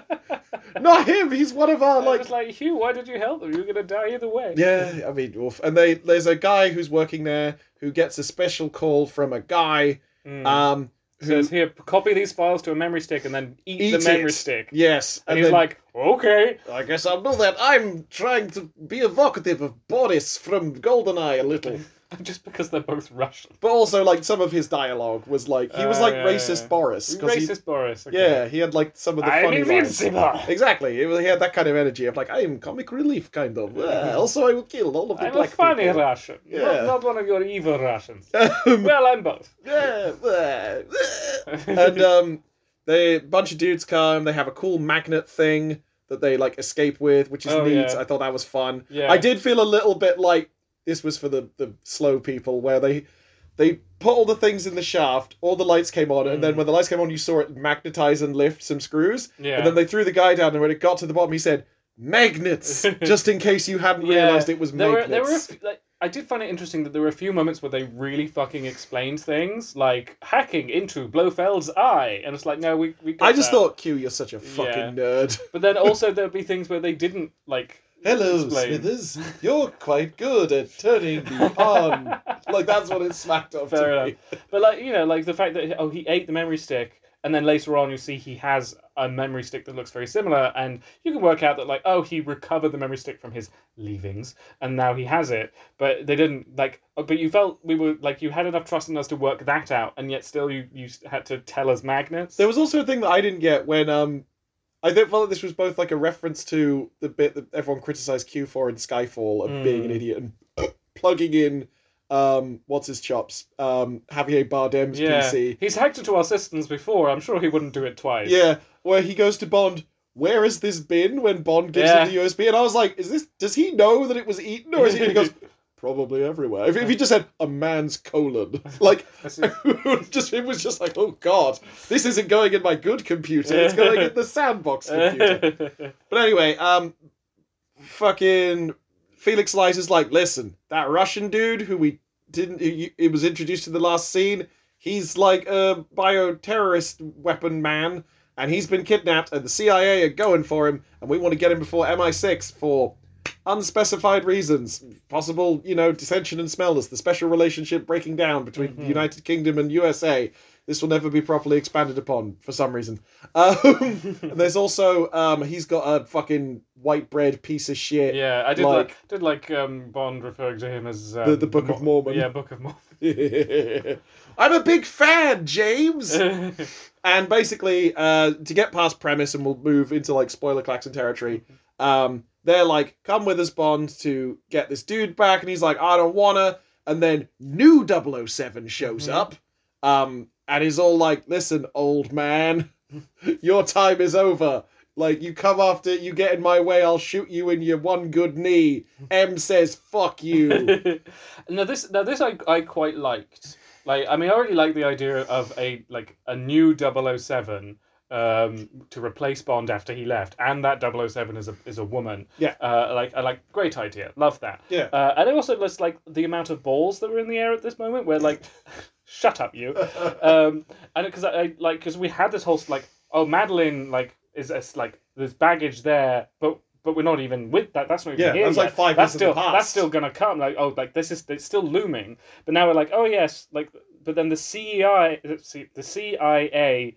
[SPEAKER 2] not him. He's one of our
[SPEAKER 3] I
[SPEAKER 2] like.
[SPEAKER 3] was like Hugh, why did you help them? You were gonna die either way.
[SPEAKER 2] Yeah, I mean, oof. and they there's a guy who's working there who gets a special call from a guy.
[SPEAKER 3] Mm.
[SPEAKER 2] Um, who
[SPEAKER 3] Says here, copy these files to a memory stick and then eat,
[SPEAKER 2] Eat
[SPEAKER 3] the memory
[SPEAKER 2] it.
[SPEAKER 3] stick.
[SPEAKER 2] yes,
[SPEAKER 3] And, he's
[SPEAKER 2] then-
[SPEAKER 3] like, okay.
[SPEAKER 2] I
[SPEAKER 3] (laughs)
[SPEAKER 2] guess I'll do that. I'm trying to be evocative of Boris from Goldeneye a little.
[SPEAKER 3] (laughs) just because they're both Russian.
[SPEAKER 2] But also, like some of his dialogue was like he was
[SPEAKER 3] Oh,
[SPEAKER 2] like
[SPEAKER 3] yeah,
[SPEAKER 2] racist
[SPEAKER 3] yeah.
[SPEAKER 2] Boris. 'cause he-
[SPEAKER 3] Racist Boris. Okay.
[SPEAKER 2] Yeah, he had like some of the
[SPEAKER 3] I'm
[SPEAKER 2] funny lines.
[SPEAKER 3] invincible.
[SPEAKER 2] Exactly, it was, he had that kind of energy of like I am comic relief, kind of. Uh, also, I will kill all of the
[SPEAKER 3] I'm a
[SPEAKER 2] black
[SPEAKER 3] funny
[SPEAKER 2] people.
[SPEAKER 3] Russian. Not-
[SPEAKER 2] Yeah.
[SPEAKER 3] Not, one of your evil Russians.
[SPEAKER 2] Um,
[SPEAKER 3] well, I'm both.
[SPEAKER 2] yeah, uh, (laughs)
[SPEAKER 3] (laughs)
[SPEAKER 2] and um, they a bunch of dudes come. They have a cool magnet thing that they like escape with, which is
[SPEAKER 3] Oh,
[SPEAKER 2] neat.
[SPEAKER 3] yeah.
[SPEAKER 2] I thought that was fun.
[SPEAKER 3] yeah.
[SPEAKER 2] I did feel a little bit like this was for the the slow people, where they they put all the things in the shaft, all the lights came on, and then
[SPEAKER 3] Mm.
[SPEAKER 2] when the lights came on, you saw it magnetize and lift some screws,
[SPEAKER 3] Yeah.
[SPEAKER 2] and then they threw the guy down, and when it got to the bottom, he said.
[SPEAKER 3] (laughs)
[SPEAKER 2] Magnets, just in case you hadn't
[SPEAKER 3] Yeah.
[SPEAKER 2] realized it was
[SPEAKER 3] there were,
[SPEAKER 2] magnets.
[SPEAKER 3] there were a f- like, I did find it interesting that there were a few moments where they really fucking explained things, like hacking into Blofeld's eye, and it's like, no, we we. Got
[SPEAKER 2] I just
[SPEAKER 3] that.
[SPEAKER 2] thought, Q, you're such a fucking
[SPEAKER 3] Yeah.
[SPEAKER 2] nerd.
[SPEAKER 3] But then also there'd be things where they didn't like.
[SPEAKER 2] Hello,
[SPEAKER 3] explain.
[SPEAKER 2] Smithers. You're quite good at turning
[SPEAKER 3] (laughs)
[SPEAKER 2] the on. like that's what it smacked up
[SPEAKER 3] Fair
[SPEAKER 2] to
[SPEAKER 3] enough.
[SPEAKER 2] me.
[SPEAKER 3] But like you know, like the fact that oh he ate the memory stick, and then later on you see he has a memory stick that looks very similar, and you can work out that like oh he recovered the memory stick from his leavings, and now he has it. But they didn't like. oh, But you felt we were like you had enough trust in us to work that out, and yet still you you had to tell us magnets.
[SPEAKER 2] There was also a thing that I didn't get when um, I did felt like this was both like a reference to the bit that everyone criticized Q for in Skyfall of being an
[SPEAKER 3] Hmm.
[SPEAKER 2] idiot and (clears throat) plugging in um, what's his chops um Javier Bardem's
[SPEAKER 3] yeah,
[SPEAKER 2] PC.
[SPEAKER 3] he's hacked into our systems before. I'm sure he wouldn't do it twice. (laughs)
[SPEAKER 2] Yeah, where he goes to Bond. Where has this been when Bond gives
[SPEAKER 3] Yeah.
[SPEAKER 2] him the USB? And I was like, is this? Does he know that it was eaten, or is he? And he goes, probably everywhere. If, if he just said a man's colon, (laughs) like
[SPEAKER 3] This is-
[SPEAKER 2] just it was just like, oh god, this isn't going in my good computer. It's going in the sandbox computer. (laughs) but anyway, um, fucking Felix Leiter's like, listen, that Russian dude who we didn't, who you- it was introduced in the last scene. He's like a bioterrorist weapon man, and he's been kidnapped, and the CIA are going for him, and we want to get him before MI6 for unspecified reasons possible you know dissension and smellers the special relationship breaking down between the
[SPEAKER 3] Mhm.
[SPEAKER 2] united kingdom and usa this will never be properly expanded upon for some reason um, and there's also um, he's got a fucking white bread piece of shit.
[SPEAKER 3] Yeah, I did
[SPEAKER 2] Like-
[SPEAKER 3] like, did like um, Bond referring to him as um,
[SPEAKER 2] The- the Book of
[SPEAKER 3] Mor-
[SPEAKER 2] Mormon.
[SPEAKER 3] Yeah, Book of
[SPEAKER 2] (laughs) I'm a big fan,
[SPEAKER 3] (laughs)
[SPEAKER 2] James. (laughs)
[SPEAKER 3] Mormon.
[SPEAKER 2] and basically, uh, to get past premise, and we'll move into like spoiler klaxon territory. Um, they're like, "Come with us, Bond, to get this dude back," and he's like, "I don't wanna." And then new 007 shows
[SPEAKER 3] Mhm.
[SPEAKER 2] up, um, and he's all like, "Listen, old man, (laughs) your time is over." Like you come after you get in my way, I'll shoot you in your one good knee. M says, "Fuck
[SPEAKER 3] (laughs)
[SPEAKER 2] you."
[SPEAKER 3] now this now this I, I quite liked. Like I mean I already like the idea of a like a new 007 um to replace Bond after he left and that 007 is a is a woman.
[SPEAKER 2] Yeah.
[SPEAKER 3] Uh like I like great idea. Love that.
[SPEAKER 2] Yeah.
[SPEAKER 3] Uh, and I also just like the amount of balls that were in the air at this moment where like (laughs) shut up you. um, and because I, I like because we had this whole like oh Madeline like is is, like there's baggage there, but but we're not even with that. That's not even
[SPEAKER 2] Yeah,
[SPEAKER 3] here
[SPEAKER 2] that's like
[SPEAKER 3] yet.
[SPEAKER 2] five minutes
[SPEAKER 3] That's
[SPEAKER 2] in the
[SPEAKER 3] still that's
[SPEAKER 2] past.
[SPEAKER 3] still gonna come. Like oh like this is it's still looming. But now we're like oh yes like but then the CEI the CIA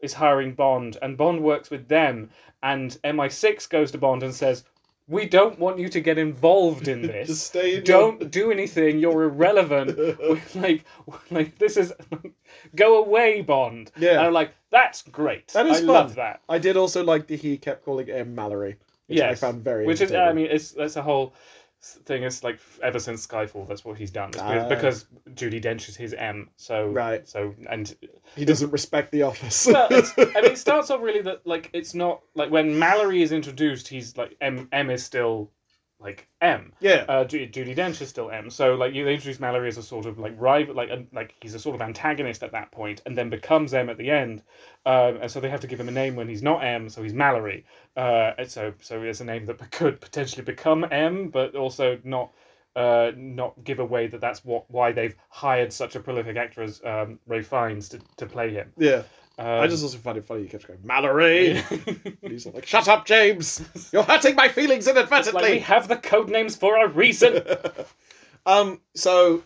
[SPEAKER 3] is hiring Bond and Bond works with them and MI6 goes to Bond and says we don't want you to get
[SPEAKER 2] (laughs)
[SPEAKER 3] involved in this
[SPEAKER 2] Just stay. in your-
[SPEAKER 3] (laughs) don't do anything. You're irrelevant. (laughs) We're like, we're like this is, (laughs) go away, Bond. And
[SPEAKER 2] Yeah,
[SPEAKER 3] I'm like, that's great.
[SPEAKER 2] That is
[SPEAKER 3] I
[SPEAKER 2] fun.
[SPEAKER 3] love that.
[SPEAKER 2] I did also like that he kept calling M Mallory, which I
[SPEAKER 3] Yes.
[SPEAKER 2] found very.
[SPEAKER 3] Which is,
[SPEAKER 2] entertaining.
[SPEAKER 3] I mean, it's that's a whole thing. It's like ever since Skyfall, that's what he's done. It's
[SPEAKER 2] Ah.
[SPEAKER 3] because, because Judy Dench is his M. So
[SPEAKER 2] Right.
[SPEAKER 3] So and
[SPEAKER 2] He doesn't respect the office. (laughs)
[SPEAKER 3] well, it's, I mean, it starts off really that like it's not like when Mallory is introduced, he's like M. M is still like M.
[SPEAKER 2] yeah.
[SPEAKER 3] uh, Ju- Judy Dench is still M. So like you, they introduce Mallory as a sort of like rival, like a, like he's a sort of antagonist at that point, and then becomes M at the end. Um, and so they have to give him a name when he's not M, so he's Mallory. Uh, and so so it's a name that could potentially become M, but also not. Uh, not give away that that's what why they've hired such a prolific actor as um, Ray Fiennes to, to play him.
[SPEAKER 2] yeah.
[SPEAKER 3] Um,
[SPEAKER 2] I just also find it funny he kept going, Mallory!
[SPEAKER 3] (laughs)
[SPEAKER 2] And he's like, shut up, James! You're hurting my feelings
[SPEAKER 3] It's like we
[SPEAKER 2] inadvertently!
[SPEAKER 3] have the code names for
[SPEAKER 2] (laughs)
[SPEAKER 3] a reason.
[SPEAKER 2] um, so,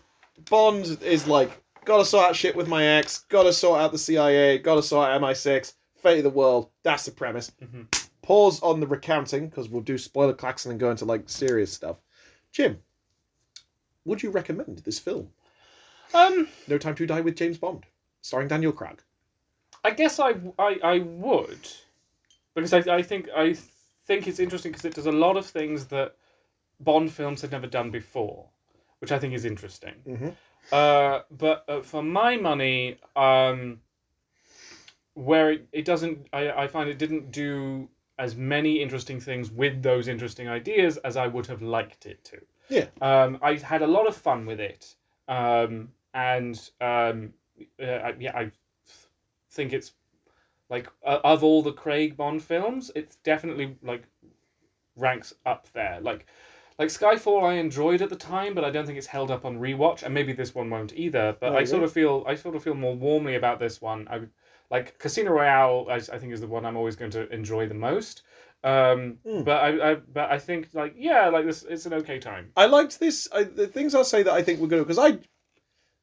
[SPEAKER 2] Bond is like, gotta sort out shit with my ex, gotta sort out the CIA, gotta sort out MI6, fate of the world, that's the premise.
[SPEAKER 3] Mhm.
[SPEAKER 2] Pause on the recounting, because we'll do spoiler klaxon and go into, like, serious stuff. Jim, Would you recommend this film?
[SPEAKER 3] Um,
[SPEAKER 2] No Time to Die with James Bond, starring Daniel Craig.
[SPEAKER 3] I guess I, I, I would, because I, I think I think it's interesting because it does a lot of things that Bond films had never done before, which I think is interesting.
[SPEAKER 2] Mhm.
[SPEAKER 3] Uh, but uh, for my money, um, where it, it doesn't, I, I find it didn't do as many interesting things with those interesting ideas as I would have liked it to.
[SPEAKER 2] Yeah.
[SPEAKER 3] Um, I had a lot of fun with it, um, and um, uh, I- yeah, I think it's like uh, of all the Craig Bond films, it's definitely like ranks up there. Like like Skyfall I enjoyed at the time, but I don't think it's held up on rewatch, and maybe this one won't either. But
[SPEAKER 2] No,
[SPEAKER 3] I
[SPEAKER 2] it
[SPEAKER 3] sort
[SPEAKER 2] won't.
[SPEAKER 3] of feel I sort of feel more warmly about this one. I like Casino Royale. I, I think is the one I'm always going to enjoy the most. Um,
[SPEAKER 2] Mm.
[SPEAKER 3] But I, I but I think like yeah, like this it's an okay time.
[SPEAKER 2] I liked this. I, the things I'll say that I think were good because I,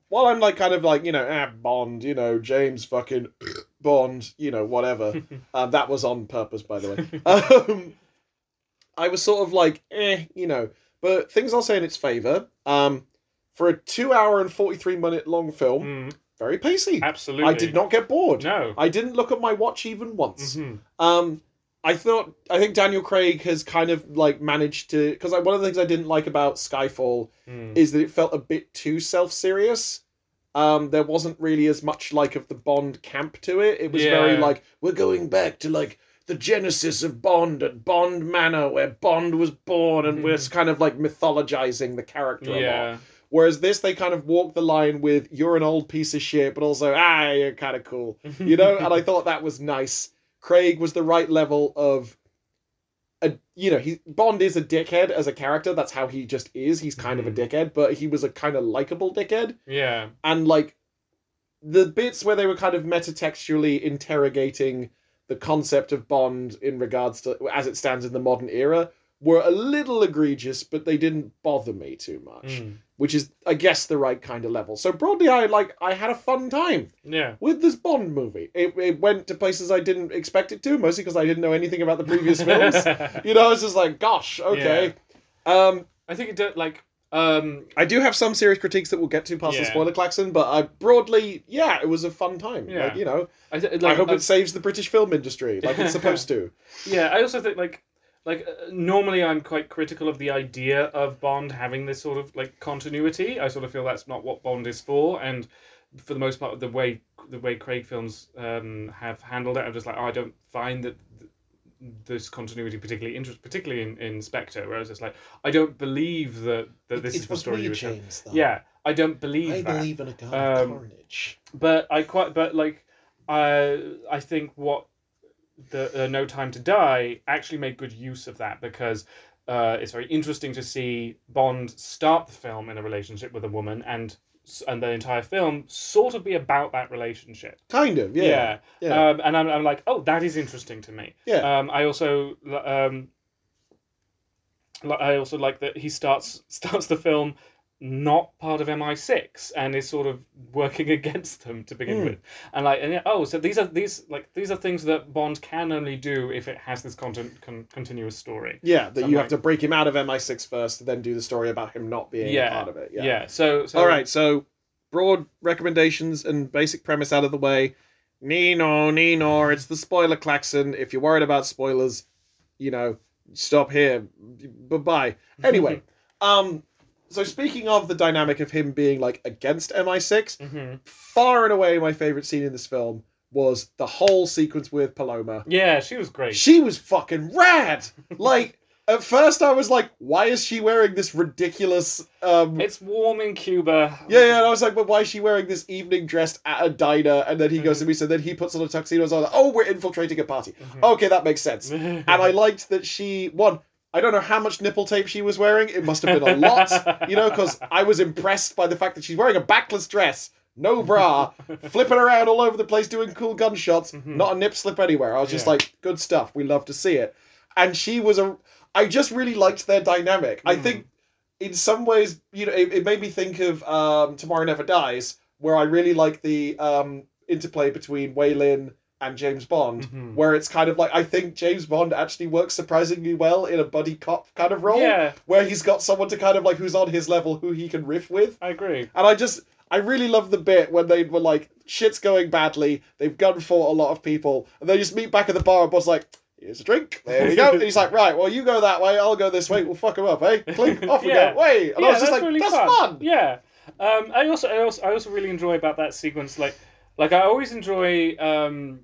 [SPEAKER 2] while I'm like kind of like you know ah, Bond, you know James fucking (coughs) Bond, you know whatever. um, that was on purpose, by the way. um, I was sort of like eh, you know. But things I'll say in its favor. Um, for a two-hour and forty-three minute long film,
[SPEAKER 3] Mm,
[SPEAKER 2] very pacey. I
[SPEAKER 3] absolutely.
[SPEAKER 2] did not get bored.
[SPEAKER 3] No.
[SPEAKER 2] I didn't look at my watch even once.
[SPEAKER 3] Mhm.
[SPEAKER 2] Um, I thought I think Daniel Craig has kind of like managed to because like, one of the things I didn't like about Skyfall
[SPEAKER 3] Mm.
[SPEAKER 2] is that it felt a bit too self serious. Um, there wasn't really as much like of the Bond camp to it. It was very
[SPEAKER 3] Yeah.
[SPEAKER 2] like we're going back to like the genesis of Bond at Bond Manor where Bond was born, and we're
[SPEAKER 3] Mhm.
[SPEAKER 2] kind of like mythologizing the character a lot.
[SPEAKER 3] Yeah.
[SPEAKER 2] Whereas this, they kind of walk the line with you're an old piece of shit, but also ah, you're kind of cool
[SPEAKER 3] (laughs)
[SPEAKER 2] you know and i thought that was nice craig was the right level of a, you know he bond is a dickhead as a character that's how he just is he's kind of a
[SPEAKER 3] Mhm.
[SPEAKER 2] dickhead but he was a kind of likable dickhead
[SPEAKER 3] yeah.
[SPEAKER 2] and like the bits where they were kind of metatextually interrogating the concept of bond in regards to as it stands in the modern era were a little egregious but they didn't bother me too much
[SPEAKER 3] Mm.
[SPEAKER 2] which is i guess the right kind of level so broadly i like i had a fun time
[SPEAKER 3] Yeah.
[SPEAKER 2] with this Bond movie. It, it went to places I didn't expect it to, mostly because I didn't know anything about the
[SPEAKER 3] (laughs)
[SPEAKER 2] previous films. you know, I was just like, gosh, okay. Um,
[SPEAKER 3] I think it don't like um
[SPEAKER 2] I do have some serious critiques that we'll get to past the
[SPEAKER 3] Yeah.
[SPEAKER 2] spoiler klaxon, but I broadly, yeah, it was a fun time.
[SPEAKER 3] Yeah.
[SPEAKER 2] Like, you know,
[SPEAKER 3] I, th-
[SPEAKER 2] I
[SPEAKER 3] like,
[SPEAKER 2] hope
[SPEAKER 3] uh,
[SPEAKER 2] it saves the British film industry like it's supposed to.
[SPEAKER 3] yeah I also think like like uh, normally I'm quite critical of the idea of Bond having this sort of like continuity I sort of feel that's not what Bond is for and for the most part the way the way Craig films um have handled it I'm just like oh, I don't find that th- this continuity particularly interest particularly in, in Spectre whereas it's like I don't believe that that (laughs) this is the story you were telling
[SPEAKER 2] James,
[SPEAKER 3] yeah I don't believe that
[SPEAKER 2] in a god
[SPEAKER 3] of Um,
[SPEAKER 2] carnage.
[SPEAKER 3] but I quite but like uh, I think what the uh, No Time to Die actually made good use of that because uh, it's very interesting to see Bond start the film in a relationship with a woman and s- and the entire film sort of be about that relationship.
[SPEAKER 2] Kind of, yeah. Yeah.
[SPEAKER 3] Um, and I'm, I'm like, oh, that is interesting to me.
[SPEAKER 2] Yeah.
[SPEAKER 3] Um, I also li- um, li- I also like that he starts (laughs) starts the film not part of MI6 and is sort of working (laughs) against them to begin
[SPEAKER 2] Hmm.
[SPEAKER 3] with. And like, and yeah, oh, so these are these like these are things that Bond can only do if it has this content con- continuous story.
[SPEAKER 2] Yeah, that
[SPEAKER 3] So
[SPEAKER 2] you
[SPEAKER 3] like-
[SPEAKER 2] have to break him out of MI6 first, then do the story about him not being
[SPEAKER 3] Yeah.
[SPEAKER 2] a part of it.
[SPEAKER 3] Yeah. so, so
[SPEAKER 2] All right, so broad recommendations and basic premise out of the way. Nino, Nino, it's the spoiler klaxon. If you're worried about spoilers, you know, stop here. Bye
[SPEAKER 3] (laughs)
[SPEAKER 2] bye. Anyway, um, so speaking of the dynamic of him being like against MI6,
[SPEAKER 3] Mhm.
[SPEAKER 2] far and away my favorite scene in this film was the whole sequence with Paloma.
[SPEAKER 3] Yeah, she was great.
[SPEAKER 2] She was fucking rad. Like at first, I was like, why is she wearing this ridiculous um,
[SPEAKER 3] It's warm in Cuba.
[SPEAKER 2] yeah, yeah, and I was like, but why is she wearing this evening dressed at a diner? And then he goes to me, so then he puts on a tuxedo and I was like, oh, we're infiltrating a party.
[SPEAKER 3] Mhm.
[SPEAKER 2] Okay, that makes
[SPEAKER 3] (laughs)
[SPEAKER 2] sense. and I liked that she, one, I don't know how much nipple tape she was wearing. It must have been a lot, you know,
[SPEAKER 3] (laughs)
[SPEAKER 2] because I was impressed by the fact that she's wearing a backless dress, no bra, flipping around all over the place doing cool gunshots,
[SPEAKER 3] Mhm.
[SPEAKER 2] not a nip slip anywhere. I was just
[SPEAKER 3] Yeah.
[SPEAKER 2] like, good stuff. We love to see it. And she was a. I just really liked their dynamic. I
[SPEAKER 3] Mhm.
[SPEAKER 2] think, in some ways, you know, it, it made me think of um, Tomorrow Never Dies, where I really like the um, interplay between Waylon and James Bond,
[SPEAKER 3] Mhm.
[SPEAKER 2] where it's kind of like I think James Bond actually works surprisingly well in a buddy cop kind of role,
[SPEAKER 3] Yeah,
[SPEAKER 2] where he's got someone to kind of like who's on his level who he can riff with.
[SPEAKER 3] I agree.
[SPEAKER 2] And I just, I really love the bit when they were like, shit's going badly. They've gunned for a lot of people. And they just meet back at the bar and Bond's like, here's a drink. There
[SPEAKER 3] (laughs)
[SPEAKER 2] we go. And he's like, right, well, you go that way. I'll go this way. We'll fuck him up, eh?
[SPEAKER 3] (laughs)
[SPEAKER 2] Clink, off
[SPEAKER 3] Yeah.
[SPEAKER 2] we go. Way. And I was just like, that's fun.
[SPEAKER 3] Yeah. Um, I also, I also, I also really enjoy about that sequence. Like, like I always enjoy. Um,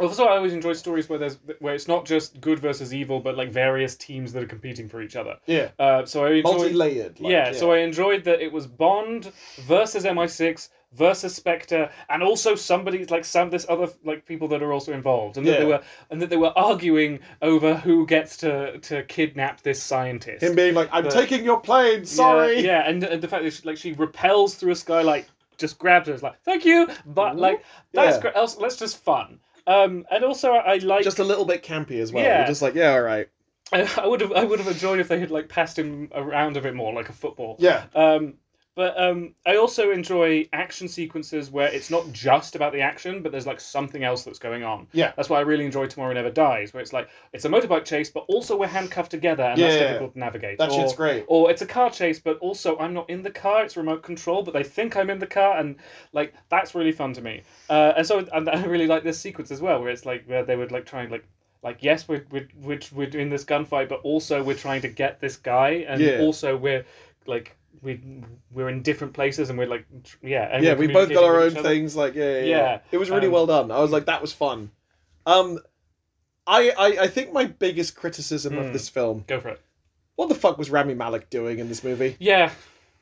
[SPEAKER 3] also, I always enjoy stories where there's where it's not just good versus evil, but like various teams that are competing for each other.
[SPEAKER 2] Yeah.
[SPEAKER 3] Uh, so I enjoy.
[SPEAKER 2] Multi-layered. like,
[SPEAKER 3] yeah, so I enjoyed that it was Bond versus MI6 versus Spectre, and also somebody like some this other like people that are also involved, and that they
[SPEAKER 2] Yeah.
[SPEAKER 3] were and that they were arguing over who gets to to kidnap this scientist.
[SPEAKER 2] Him being like, I'm
[SPEAKER 3] But-
[SPEAKER 2] taking your plane. Sorry.
[SPEAKER 3] Yeah, yeah, and, and the fact that she, like she repels through a skylight, just grabs her, is like thank you, but like that's
[SPEAKER 2] Mm-hmm. Yeah.
[SPEAKER 3] great. Also, That's just fun. Um, and also I, I like.
[SPEAKER 2] Just a little bit campy as well.
[SPEAKER 3] Yeah.
[SPEAKER 2] You're just like, yeah, all right.
[SPEAKER 3] I, (laughs) I would have I would have enjoyed if they had like passed him around a bit more, like a football.
[SPEAKER 2] Yeah.
[SPEAKER 3] Um, but um, I also enjoy action sequences where it's not just about the action, but there's like something else that's going on.
[SPEAKER 2] Yeah.
[SPEAKER 3] That's why I really enjoy Tomorrow Never Dies, where it's like it's a motorbike chase, but also we're handcuffed together, and that's
[SPEAKER 2] Yeah.
[SPEAKER 3] difficult to navigate.
[SPEAKER 2] That
[SPEAKER 3] or,
[SPEAKER 2] shit's great.
[SPEAKER 3] Or it's a car chase, but also I'm not in the car; it's remote control, but they think I'm in the car, and like that's really fun to me. Uh, and so, and I really like this sequence as well, where it's like where they would like try and like. Like yes, we're, we're, we're, we're doing this gunfight, but also we're trying to get this guy, and
[SPEAKER 2] Yeah.
[SPEAKER 3] also we're like we we're in different places and we're like tr- yeah and
[SPEAKER 2] yeah, we
[SPEAKER 3] we're
[SPEAKER 2] both got our own
[SPEAKER 3] communicating with each other.
[SPEAKER 2] things. Like, yeah, yeah, yeah.
[SPEAKER 3] Yeah,
[SPEAKER 2] It was really
[SPEAKER 3] um,
[SPEAKER 2] well done. I was like, that was fun. Um, I, I, I think my biggest criticism
[SPEAKER 3] Hmm.
[SPEAKER 2] of this film,
[SPEAKER 3] go for it
[SPEAKER 2] what the fuck was Rami Malik doing in this movie?
[SPEAKER 3] yeah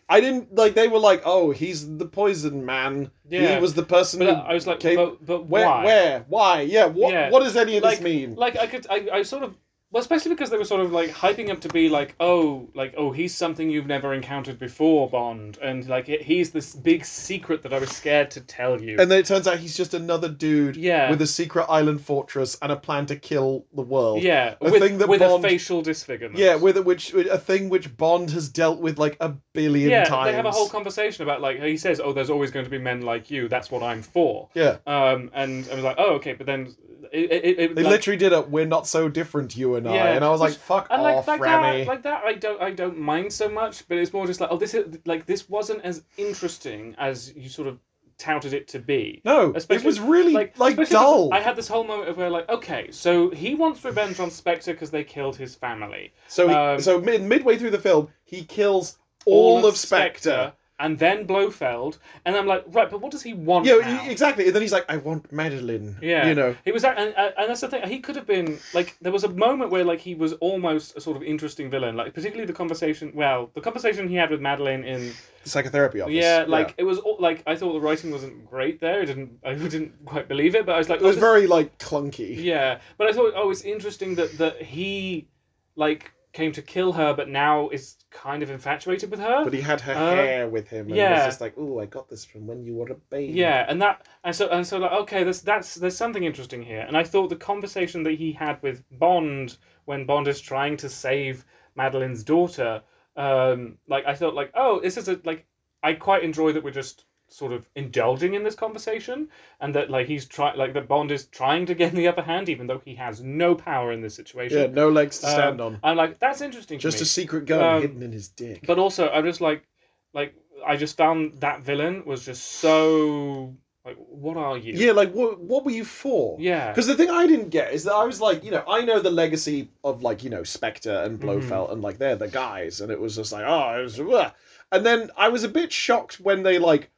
[SPEAKER 2] I didn't like. They were like, oh, he's the poison man.
[SPEAKER 3] Yeah.
[SPEAKER 2] He was the person.
[SPEAKER 3] but
[SPEAKER 2] who
[SPEAKER 3] I was like
[SPEAKER 2] came-
[SPEAKER 3] but, but
[SPEAKER 2] where,
[SPEAKER 3] why
[SPEAKER 2] where, why? Yeah. What,
[SPEAKER 3] Yeah.
[SPEAKER 2] what does any of
[SPEAKER 3] like
[SPEAKER 2] this mean?
[SPEAKER 3] like I could I, I sort of well especially because they were sort of like hyping up to be like oh like oh he's something you've never encountered before Bond and like he- he's this big secret that I was scared to tell you
[SPEAKER 2] and then it turns out he's just another dude
[SPEAKER 3] Yeah.
[SPEAKER 2] with a secret island fortress and a plan to kill the world.
[SPEAKER 3] yeah
[SPEAKER 2] a
[SPEAKER 3] with,
[SPEAKER 2] thing that
[SPEAKER 3] with
[SPEAKER 2] Bond-
[SPEAKER 3] a facial disfigurement
[SPEAKER 2] Yeah, with a, which a thing which Bond has dealt with like a billion
[SPEAKER 3] yeah
[SPEAKER 2] times.
[SPEAKER 3] they have a whole conversation about like he says oh there's always going to be men like you that's what I'm for
[SPEAKER 2] yeah.
[SPEAKER 3] Um, and I was like, oh, okay, but then it, it, it
[SPEAKER 2] They
[SPEAKER 3] like,
[SPEAKER 2] literally did a "We're not so different, you and I,"
[SPEAKER 3] Yeah.
[SPEAKER 2] and I was like,
[SPEAKER 3] Which-
[SPEAKER 2] "Fuck
[SPEAKER 3] and like,
[SPEAKER 2] off,
[SPEAKER 3] like
[SPEAKER 2] Rami."
[SPEAKER 3] that, like that, I don't, I don't mind so much, but it's more just like, oh, this is like this wasn't as interesting as you sort of touted it to be.
[SPEAKER 2] no, it
[SPEAKER 3] especially-
[SPEAKER 2] was really like,
[SPEAKER 3] especially
[SPEAKER 2] dull.
[SPEAKER 3] because I had this whole moment of where like, okay, so he wants revenge on Spectre because they killed his family.
[SPEAKER 2] so, he,
[SPEAKER 3] um,
[SPEAKER 2] so mid, midway through the film, he kills all, of Spectre.
[SPEAKER 3] and then Blofeld, and I'm like, right, but what does he want?
[SPEAKER 2] Yeah,
[SPEAKER 3] now?
[SPEAKER 2] e- exactly. And then he's like, "I want Madeline."
[SPEAKER 3] Yeah.
[SPEAKER 2] you know.
[SPEAKER 3] He was, act- and, uh, and that's the thing. He could have been like there was a moment where like he was almost a sort of interesting villain, like particularly the conversation. Well, the conversation he had with Madeline in
[SPEAKER 2] Psychotherapy office.
[SPEAKER 3] yeah, like it was all, like I thought the writing wasn't great there. I didn't I (laughs) didn't quite believe it, but I was like
[SPEAKER 2] it was
[SPEAKER 3] oh, this-
[SPEAKER 2] very like clunky.
[SPEAKER 3] yeah. But I thought oh, it's interesting that that he like came to kill her, but now is kind of infatuated with her.
[SPEAKER 2] But he had her
[SPEAKER 3] Uh,
[SPEAKER 2] hair with him, and yeah.
[SPEAKER 3] yeah.
[SPEAKER 2] was just like, "Oh, I got this from when you were a baby."
[SPEAKER 3] Yeah, and that and so and so like okay, there's that's there's something interesting here. And I thought the conversation that he had with Bond when Bond is trying to save Madeline's daughter, um, like I thought like oh this is a like I quite enjoy that we're just sort of indulging in this conversation and that like he's try like that Bond is trying to get the upper hand even though he has no power in this situation.
[SPEAKER 2] yeah, no legs to stand
[SPEAKER 3] Um,
[SPEAKER 2] on.
[SPEAKER 3] I'm like that's interesting. to
[SPEAKER 2] Just
[SPEAKER 3] me.
[SPEAKER 2] a secret gun
[SPEAKER 3] Um,
[SPEAKER 2] hidden in his dick.
[SPEAKER 3] But also, I just like, like I just found that villain was just so like, what are you?
[SPEAKER 2] yeah, like what? What were you for?
[SPEAKER 3] yeah,
[SPEAKER 2] Because the thing I didn't get is that I was like, you know, I know the legacy of like, you know, Spectre and
[SPEAKER 3] Mhm.
[SPEAKER 2] Blofeld and like they're the guys, and it was just like, oh, it was, bleh. and then I was a bit shocked when they like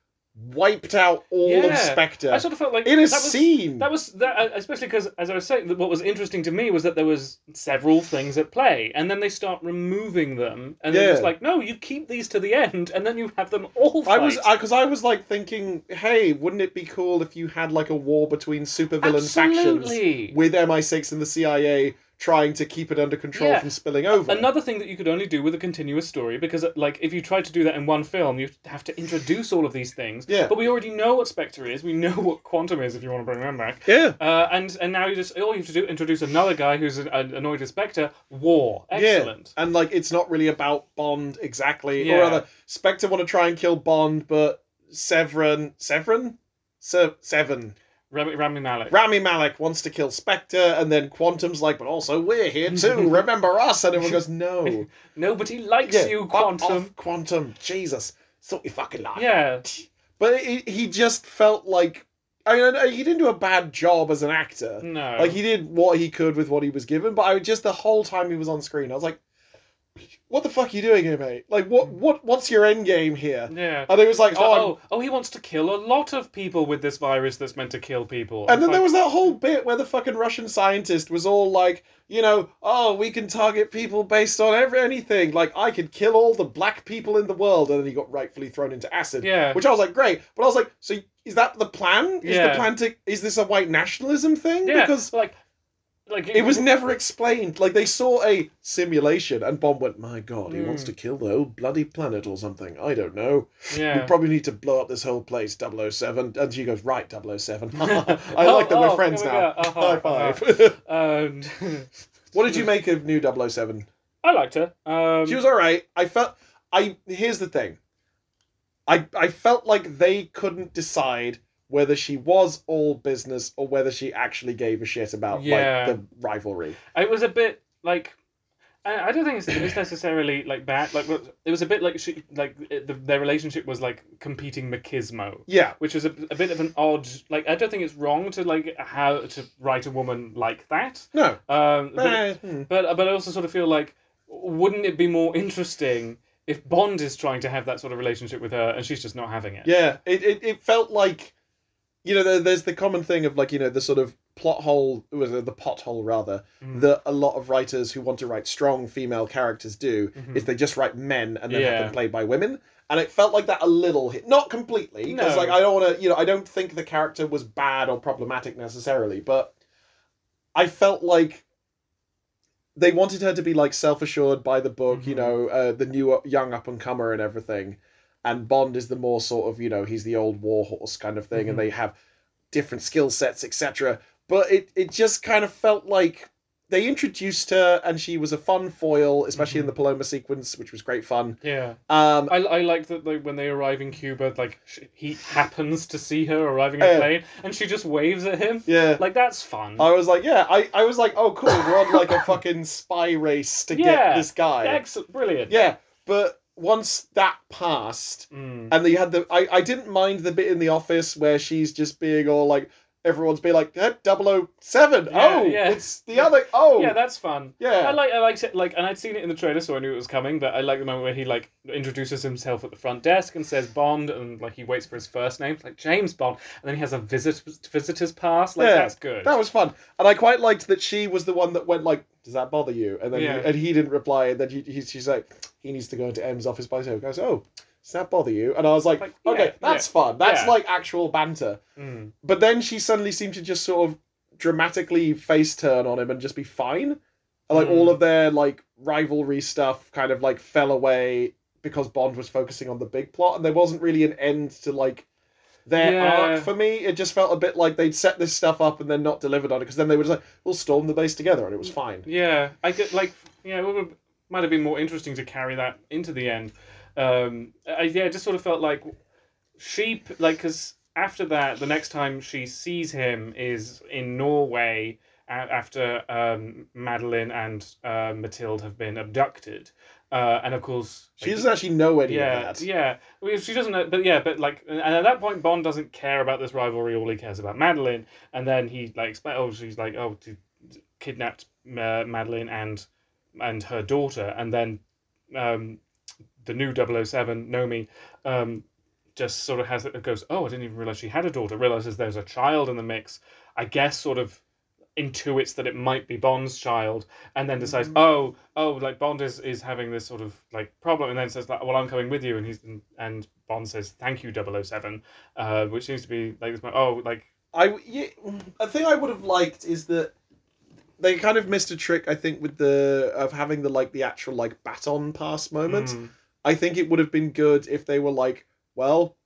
[SPEAKER 2] wiped out all of
[SPEAKER 3] Yeah.
[SPEAKER 2] Spectre
[SPEAKER 3] I sort of felt like
[SPEAKER 2] in a
[SPEAKER 3] that was,
[SPEAKER 2] scene.
[SPEAKER 3] That was that, uh, especially because, as I was saying, that what was interesting to me was that there was several things at play, and then they start removing them, and
[SPEAKER 2] Yeah.
[SPEAKER 3] then it's like, no, you keep these to the end, and then you have them all.
[SPEAKER 2] I
[SPEAKER 3] Fight.
[SPEAKER 2] was because I, was like thinking, hey, wouldn't it be cool if you had like a war between supervillain factions
[SPEAKER 3] absolutely.
[SPEAKER 2] with MI6 and the CIA trying to keep it under control
[SPEAKER 3] Yeah.
[SPEAKER 2] from spilling over?
[SPEAKER 3] Another thing that you could only do with a continuous story, because uh, like if you tried to do that in one film, you have to introduce all of these things.
[SPEAKER 2] Yeah.
[SPEAKER 3] But we already know what Spectre is. We know what Quantum is. If you want to bring them back.
[SPEAKER 2] yeah,
[SPEAKER 3] Uh, and and now you just all you have to do introduce another guy who's an, an annoyed with Spectre. War. Excellent.
[SPEAKER 2] Yeah. And like it's not really about Bond exactly. Or
[SPEAKER 3] Yeah.
[SPEAKER 2] rather, Spectre want to try and kill Bond, but Severin Severin? Se- Seven.
[SPEAKER 3] Ram- Rami Malek.
[SPEAKER 2] Rami Malek wants to kill Spectre, and then Quantum's like, but also we're here
[SPEAKER 3] (laughs)
[SPEAKER 2] too. Remember us? And everyone goes, no.
[SPEAKER 3] Nobody likes
[SPEAKER 2] Yeah,
[SPEAKER 3] you,
[SPEAKER 2] fuck
[SPEAKER 3] Quantum.
[SPEAKER 2] off, Quantum. Jesus. So you fucking lie.
[SPEAKER 3] Yeah.
[SPEAKER 2] But he, he just felt like. I mean, I- he didn't do a bad job as an actor.
[SPEAKER 3] No.
[SPEAKER 2] Like, he did what he could with what he was given, but I just, the whole time he was on screen, I was like, what the fuck are you doing here, mate? Like, what, what, what's your end game here?
[SPEAKER 3] yeah.
[SPEAKER 2] And it was like,
[SPEAKER 3] It's
[SPEAKER 2] oh,
[SPEAKER 3] like,
[SPEAKER 2] I'm-
[SPEAKER 3] oh, oh, he wants to kill a lot of people with this virus that's meant to kill people.
[SPEAKER 2] And then
[SPEAKER 3] It's
[SPEAKER 2] there was
[SPEAKER 3] like,
[SPEAKER 2] that whole bit where the fucking Russian scientist was all like, you know, oh, we can target people based on every, anything. Like, I could kill all the black people in the world. And then he got rightfully thrown into acid.
[SPEAKER 3] Yeah.
[SPEAKER 2] Which I was like, great. But I was like, so is that the plan? Is
[SPEAKER 3] Yeah.
[SPEAKER 2] the plan to, is this a white nationalism thing?
[SPEAKER 3] yeah,
[SPEAKER 2] Because
[SPEAKER 3] like, like
[SPEAKER 2] it was never explained. Like, they saw a simulation and Bomb went, my God, he wants
[SPEAKER 3] Hmm.
[SPEAKER 2] to kill the whole bloody planet or something. I don't know we (laughs)
[SPEAKER 3] (laughs) Yeah.
[SPEAKER 2] probably need to blow up this whole place 007 and she goes right
[SPEAKER 3] (laughs)
[SPEAKER 2] 007 (laughs) i like that
[SPEAKER 3] Oh,
[SPEAKER 2] we're
[SPEAKER 3] oh,
[SPEAKER 2] friends
[SPEAKER 3] here we
[SPEAKER 2] now
[SPEAKER 3] go. Uh-huh,
[SPEAKER 2] high
[SPEAKER 3] uh-huh.
[SPEAKER 2] 5
[SPEAKER 3] And
[SPEAKER 2] (laughs) what did you make of new 007
[SPEAKER 3] I liked her. Um,
[SPEAKER 2] she was all right i felt i here's the thing i i felt like they couldn't decide whether she was all business or whether she actually gave a shit about
[SPEAKER 3] Yeah.
[SPEAKER 2] like the rivalry
[SPEAKER 3] it was a bit like I I don't think it's, it's necessarily like bad. Like it was a bit like she like it, the, their relationship was like competing machismo,
[SPEAKER 2] yeah
[SPEAKER 3] which is a, a bit of an odd. Like I don't think it's wrong to like how to write a woman like that.
[SPEAKER 2] no
[SPEAKER 3] Um, but,
[SPEAKER 2] Eh, hmm.
[SPEAKER 3] but but I also sort of feel like wouldn't it be more interesting if Bond is trying to have that sort of relationship with her and she's just not having it?
[SPEAKER 2] Yeah, it, it, it felt like, you know, there, there's the common thing of like, you know, the sort of plot hole, was it the pothole rather,
[SPEAKER 3] Mm.
[SPEAKER 2] that a lot of writers who want to write strong female characters do,
[SPEAKER 3] Mhm.
[SPEAKER 2] is they just write men and then
[SPEAKER 3] Yeah.
[SPEAKER 2] have them played by women. And it felt like that a little hit, not completely, because
[SPEAKER 3] No.
[SPEAKER 2] like I don't want to, you know, I don't think the character was bad or problematic necessarily, but I felt like they wanted her to be like self-assured by the book, you
[SPEAKER 3] Mhm.
[SPEAKER 2] know, uh, the new young up and comer and everything. And Bond is the more sort of, you know, he's the old war horse kind of thing,
[SPEAKER 3] Mhm.
[SPEAKER 2] and they have different skill sets, etc. But it it just kind of felt like they introduced her, and she was a fun foil, especially
[SPEAKER 3] Mm-hmm.
[SPEAKER 2] in the Paloma sequence, which was great fun.
[SPEAKER 3] Yeah.
[SPEAKER 2] Um,
[SPEAKER 3] I, I like that like, when they arrive in Cuba, like sh- he happens to see her arriving in a
[SPEAKER 2] Yeah.
[SPEAKER 3] plane, and she just waves at him.
[SPEAKER 2] Eh. yeah,
[SPEAKER 3] Like that's fun.
[SPEAKER 2] I was like, yeah, I, I was like, oh, cool, we're on
[SPEAKER 3] (laughs)
[SPEAKER 2] like a fucking spy race to
[SPEAKER 3] Yeah.
[SPEAKER 2] get this guy.
[SPEAKER 3] Excellent, brilliant.
[SPEAKER 2] Yeah, but once that passed,
[SPEAKER 3] Mm.
[SPEAKER 2] And they had the I, I didn't mind the bit in the office where she's just being all like everyone's being like eh, 007.
[SPEAKER 3] Yeah,
[SPEAKER 2] oh,
[SPEAKER 3] yeah.
[SPEAKER 2] it's the other oh
[SPEAKER 3] Yeah,
[SPEAKER 2] yeah.
[SPEAKER 3] that's fun. I like I liked it like and I'd seen it in the trailer so I knew it was coming but I like the moment where he like introduces himself at the front desk and says Bond and like he waits for his first name like James Bond and then he has a visit visitor's pass like
[SPEAKER 2] Yeah,
[SPEAKER 3] that's good
[SPEAKER 2] that was fun. And I quite liked that she was the one that went like, "Does that bother you?" And then
[SPEAKER 3] Yeah.
[SPEAKER 2] he, and he didn't reply. And then he, he, she's like, "He needs to go into M's office by himself." Goes, "Oh, does that bother you?" And I was like,
[SPEAKER 3] Like, yeah,
[SPEAKER 2] "Okay, that's fun. That's
[SPEAKER 3] Yeah.
[SPEAKER 2] like actual banter."
[SPEAKER 3] Mm.
[SPEAKER 2] But then she suddenly seemed to just sort of dramatically face turn on him and just be fine. And, Like
[SPEAKER 3] Hmm.
[SPEAKER 2] all of their like rivalry stuff kind of like fell away because Bond was focusing on the big plot and there wasn't really an end to like their
[SPEAKER 3] Yeah.
[SPEAKER 2] arc for me. It just felt a bit like they'd set this stuff up and then not delivered on it because then they were just like, we'll storm the base together and it was fine.
[SPEAKER 3] Yeah, I get like yeah, it would, might have been more interesting to carry that into the end. Um, I yeah, it just sort of felt like she p- like because after that, the next time she sees him is in Norway a- after um, Madeline and uh, Mathilde have been abducted, uh, and of course
[SPEAKER 2] She
[SPEAKER 3] like,
[SPEAKER 2] doesn't actually know any
[SPEAKER 3] yeah,
[SPEAKER 2] of that.
[SPEAKER 3] yeah. Well, she doesn't. Know, but yeah, but like, and at that point, Bond doesn't care about this rivalry. All he cares about Madeline, and then he like, expla- oh, she's like, oh, she kidnapped uh, Madeline and and her daughter, and then um, the new 007, Nomi, um, just sort of has it goes, oh, I didn't even realize she had a daughter. Realizes there's a child in the mix. I guess sort of intuits that it might be Bond's child, and then decides,
[SPEAKER 2] Mm-hmm.
[SPEAKER 3] oh, oh, like Bond is, is having this sort of like problem, and then says, like, well, I'm coming with you, and he's and Bond says, thank you, 007, uh, which seems to be like this, mo- oh, like
[SPEAKER 2] I w- yeah, a thing I would have liked is that they kind of missed a trick. I think with the of having the like the actual like baton pass moment.
[SPEAKER 3] mm,
[SPEAKER 2] I think it would have been good if they were like, well,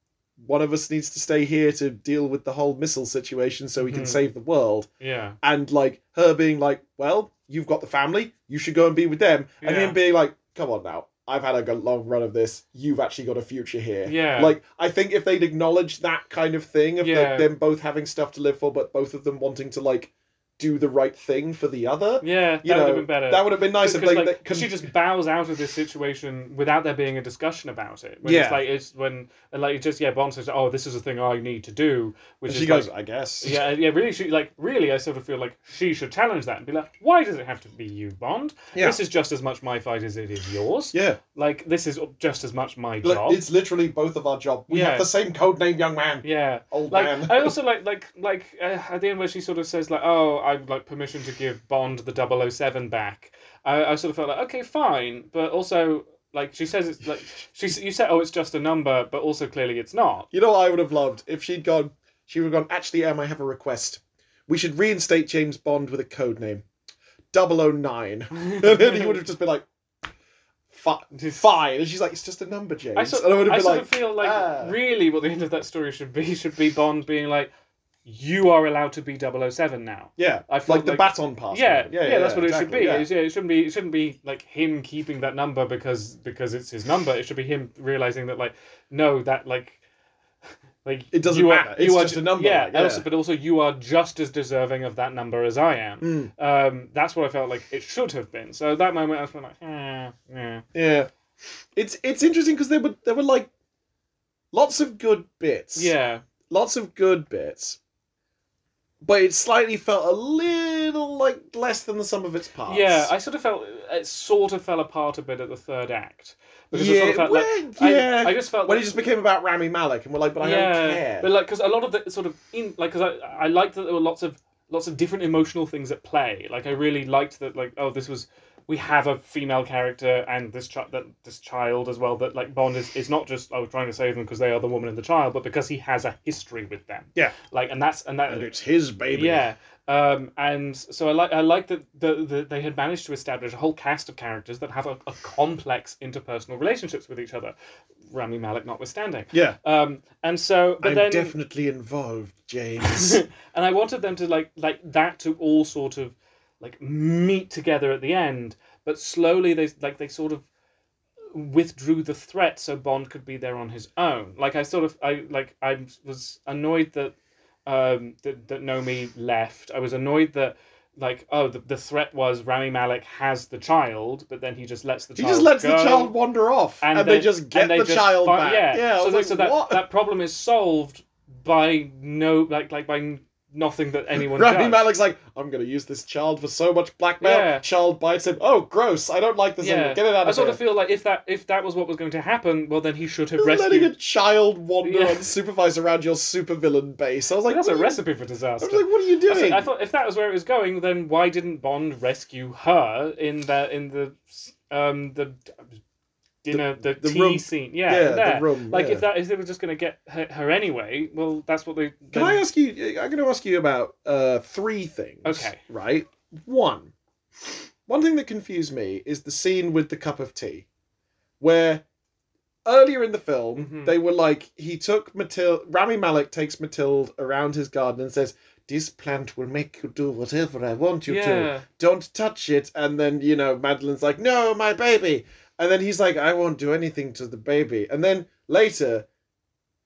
[SPEAKER 2] one of us needs to stay here to deal with the whole missile situation so we can
[SPEAKER 3] Mhm.
[SPEAKER 2] save the world.
[SPEAKER 3] yeah,
[SPEAKER 2] And like her being like, well, you've got the family, you should go and be with them. And
[SPEAKER 3] Yeah.
[SPEAKER 2] him being like, come on now, I've had a good long run of this. You've actually got a future here.
[SPEAKER 3] Yeah.
[SPEAKER 2] Like I think if they'd acknowledge that kind of thing of the-
[SPEAKER 3] Yeah.
[SPEAKER 2] them both having stuff to live for, but both of them wanting to like do the right thing for the other,
[SPEAKER 3] yeah, that
[SPEAKER 2] you
[SPEAKER 3] would
[SPEAKER 2] know,
[SPEAKER 3] have been better.
[SPEAKER 2] that would have been nice if
[SPEAKER 3] Because,
[SPEAKER 2] they,
[SPEAKER 3] like,
[SPEAKER 2] they con-
[SPEAKER 3] she just bows out of this situation without there being a discussion about it. When
[SPEAKER 2] Yeah.
[SPEAKER 3] it's like it's when and like it just yeah, Bond says, "Oh, this is a thing I need to do," which
[SPEAKER 2] and
[SPEAKER 3] is
[SPEAKER 2] she
[SPEAKER 3] like,
[SPEAKER 2] goes, I guess.
[SPEAKER 3] yeah, yeah. Really, she like really. I sort of feel like she should challenge that and be like, "Why does it have to be you, Bond?
[SPEAKER 2] Yeah.
[SPEAKER 3] This is just as much my fight as it is
[SPEAKER 2] (laughs)
[SPEAKER 3] yours.
[SPEAKER 2] Yeah.
[SPEAKER 3] Like this is just as much my
[SPEAKER 2] Like,
[SPEAKER 3] job."
[SPEAKER 2] it's literally both of our job. We
[SPEAKER 3] Yeah.
[SPEAKER 2] have the same code name, young man.
[SPEAKER 3] yeah.
[SPEAKER 2] Old
[SPEAKER 3] Like uh,
[SPEAKER 2] man.
[SPEAKER 3] I also like like like uh, at the end where she sort of says like oh I would like permission to give Bond the 007 back. I, I sort of felt like okay fine, but also like she says it's like she s- you said oh it's just a number, but also clearly it's not.
[SPEAKER 2] You know what I would have loved? If she'd gone, she would have gone, actually, Em, I have a request. We should reinstate James Bond with a code name 009. (laughs) and (laughs) then he would
[SPEAKER 3] (laughs)
[SPEAKER 2] have just been like, "Fi- fine. And she's like, it's just a number, James.
[SPEAKER 3] I sort,
[SPEAKER 2] and I would
[SPEAKER 3] I
[SPEAKER 2] have been
[SPEAKER 3] sort
[SPEAKER 2] like,
[SPEAKER 3] of feel like
[SPEAKER 2] "Ah."
[SPEAKER 3] really what the end of that story should be (laughs) should be Bond being like you are allowed to be 007 now.
[SPEAKER 2] yeah,
[SPEAKER 3] I
[SPEAKER 2] like,
[SPEAKER 3] felt
[SPEAKER 2] the baton pass.
[SPEAKER 3] Yeah,
[SPEAKER 2] moment.
[SPEAKER 3] yeah, that's what it
[SPEAKER 2] exactly,
[SPEAKER 3] should be.
[SPEAKER 2] yeah.
[SPEAKER 3] It's- Yeah. it shouldn't be. It shouldn't be like him keeping that number because because it's his number. It should be him realizing that like no, that like (laughs) like
[SPEAKER 2] It doesn't
[SPEAKER 3] you
[SPEAKER 2] matter. It's just
[SPEAKER 3] ju-
[SPEAKER 2] a number,
[SPEAKER 3] Yeah,
[SPEAKER 2] like,
[SPEAKER 3] and
[SPEAKER 2] yeah.
[SPEAKER 3] Also, but also you are just as deserving of that number as I am.
[SPEAKER 2] Mm,
[SPEAKER 3] Um, that's what I felt like it should have been. So that moment, I was like, eh, yeah,
[SPEAKER 2] yeah. It's it's interesting because there were there were like lots of good bits.
[SPEAKER 3] yeah,
[SPEAKER 2] lots of good bits, but it slightly felt a little like less than the sum of its parts.
[SPEAKER 3] yeah. I sort of felt uh, it sort of fell apart a bit at the third act because I
[SPEAKER 2] yeah,
[SPEAKER 3] sort of felt like.
[SPEAKER 2] well,
[SPEAKER 3] I-
[SPEAKER 2] yeah.
[SPEAKER 3] I, just felt
[SPEAKER 2] when
[SPEAKER 3] like-
[SPEAKER 2] it just became about Rami Malek, and we're like, but I don't care.
[SPEAKER 3] But like, because a lot of the sort of in like, because I I liked that there were lots of lots of different emotional things at play. Like, I really liked that. Like, oh, this was we have a female character and this child that this child as well. That like Bond is is not just oh trying to save them because they are the woman and the child, but because he has a history with them.
[SPEAKER 2] Yeah.
[SPEAKER 3] Like, and that's and that
[SPEAKER 2] and it's his baby.
[SPEAKER 3] yeah. Um, and so I like I like that the, the, they had managed to establish a whole cast of characters that have a, a complex interpersonal relationships with each other, Rami Malek notwithstanding.
[SPEAKER 2] yeah.
[SPEAKER 3] Um, and so, but
[SPEAKER 2] I'm
[SPEAKER 3] then,
[SPEAKER 2] definitely involved,
[SPEAKER 3] (laughs)
[SPEAKER 2] James.
[SPEAKER 3] and I wanted them to like like that to all sort of like meet together at the end, but slowly they like they sort of withdrew the threat so Bond could be there on his own. Like I sort of I like I was annoyed that um that, that Nomi left. I was annoyed that like oh the, the threat was Rami Malek has the child, but then he just lets the
[SPEAKER 2] he
[SPEAKER 3] child
[SPEAKER 2] just lets the
[SPEAKER 3] go
[SPEAKER 2] child wander off, and, they, just get
[SPEAKER 3] and they
[SPEAKER 2] the
[SPEAKER 3] just
[SPEAKER 2] child
[SPEAKER 3] fi-
[SPEAKER 2] back.
[SPEAKER 3] Yeah,
[SPEAKER 2] I was
[SPEAKER 3] so, that-
[SPEAKER 2] like,
[SPEAKER 3] so that
[SPEAKER 2] what?
[SPEAKER 3] that problem is solved by no, like, like by nothing that anyone
[SPEAKER 2] Rami
[SPEAKER 3] does.
[SPEAKER 2] Malek's like, I'm gonna use this child for so much blackmail.
[SPEAKER 3] Yeah.
[SPEAKER 2] Child bites him. Oh, gross! I don't like this.
[SPEAKER 3] Yeah.
[SPEAKER 2] anymore. Get it out
[SPEAKER 3] I
[SPEAKER 2] of here.
[SPEAKER 3] sort of feel like if that if that was what was going to happen, well then he should have
[SPEAKER 2] letting a
[SPEAKER 3] rescued.
[SPEAKER 2] child wander
[SPEAKER 3] Yeah.
[SPEAKER 2] unsupervised around your supervillain base. I was like,
[SPEAKER 3] That's a
[SPEAKER 2] what are you-
[SPEAKER 3] recipe for
[SPEAKER 2] I
[SPEAKER 3] disaster.
[SPEAKER 2] was like, what are you
[SPEAKER 3] I said-
[SPEAKER 2] doing?
[SPEAKER 3] I thought if that was where it was going, then why didn't Bond rescue her in the in the um the dinner the,
[SPEAKER 2] the
[SPEAKER 3] tea
[SPEAKER 2] room.
[SPEAKER 3] scene? Yeah,
[SPEAKER 2] yeah,
[SPEAKER 3] there.
[SPEAKER 2] the room.
[SPEAKER 3] like
[SPEAKER 2] yeah.
[SPEAKER 3] if that if they were just going to get her, her anyway, well that's what they.
[SPEAKER 2] Can
[SPEAKER 3] then-
[SPEAKER 2] I ask you? I'm going to ask you about uh, three things.
[SPEAKER 3] Okay.
[SPEAKER 2] Right. One. One thing that confused me is the scene with the cup of tea, where earlier in the film
[SPEAKER 3] Mhm.
[SPEAKER 2] they were like, he took Matilda. Rami Malek takes Matilde around his garden and says, "This plant will make you do whatever I want you to."
[SPEAKER 3] yeah.
[SPEAKER 2] don't touch it. And then, you know, Madeline's like, no, my baby. And then he's like, I won't do anything to the baby. And then later,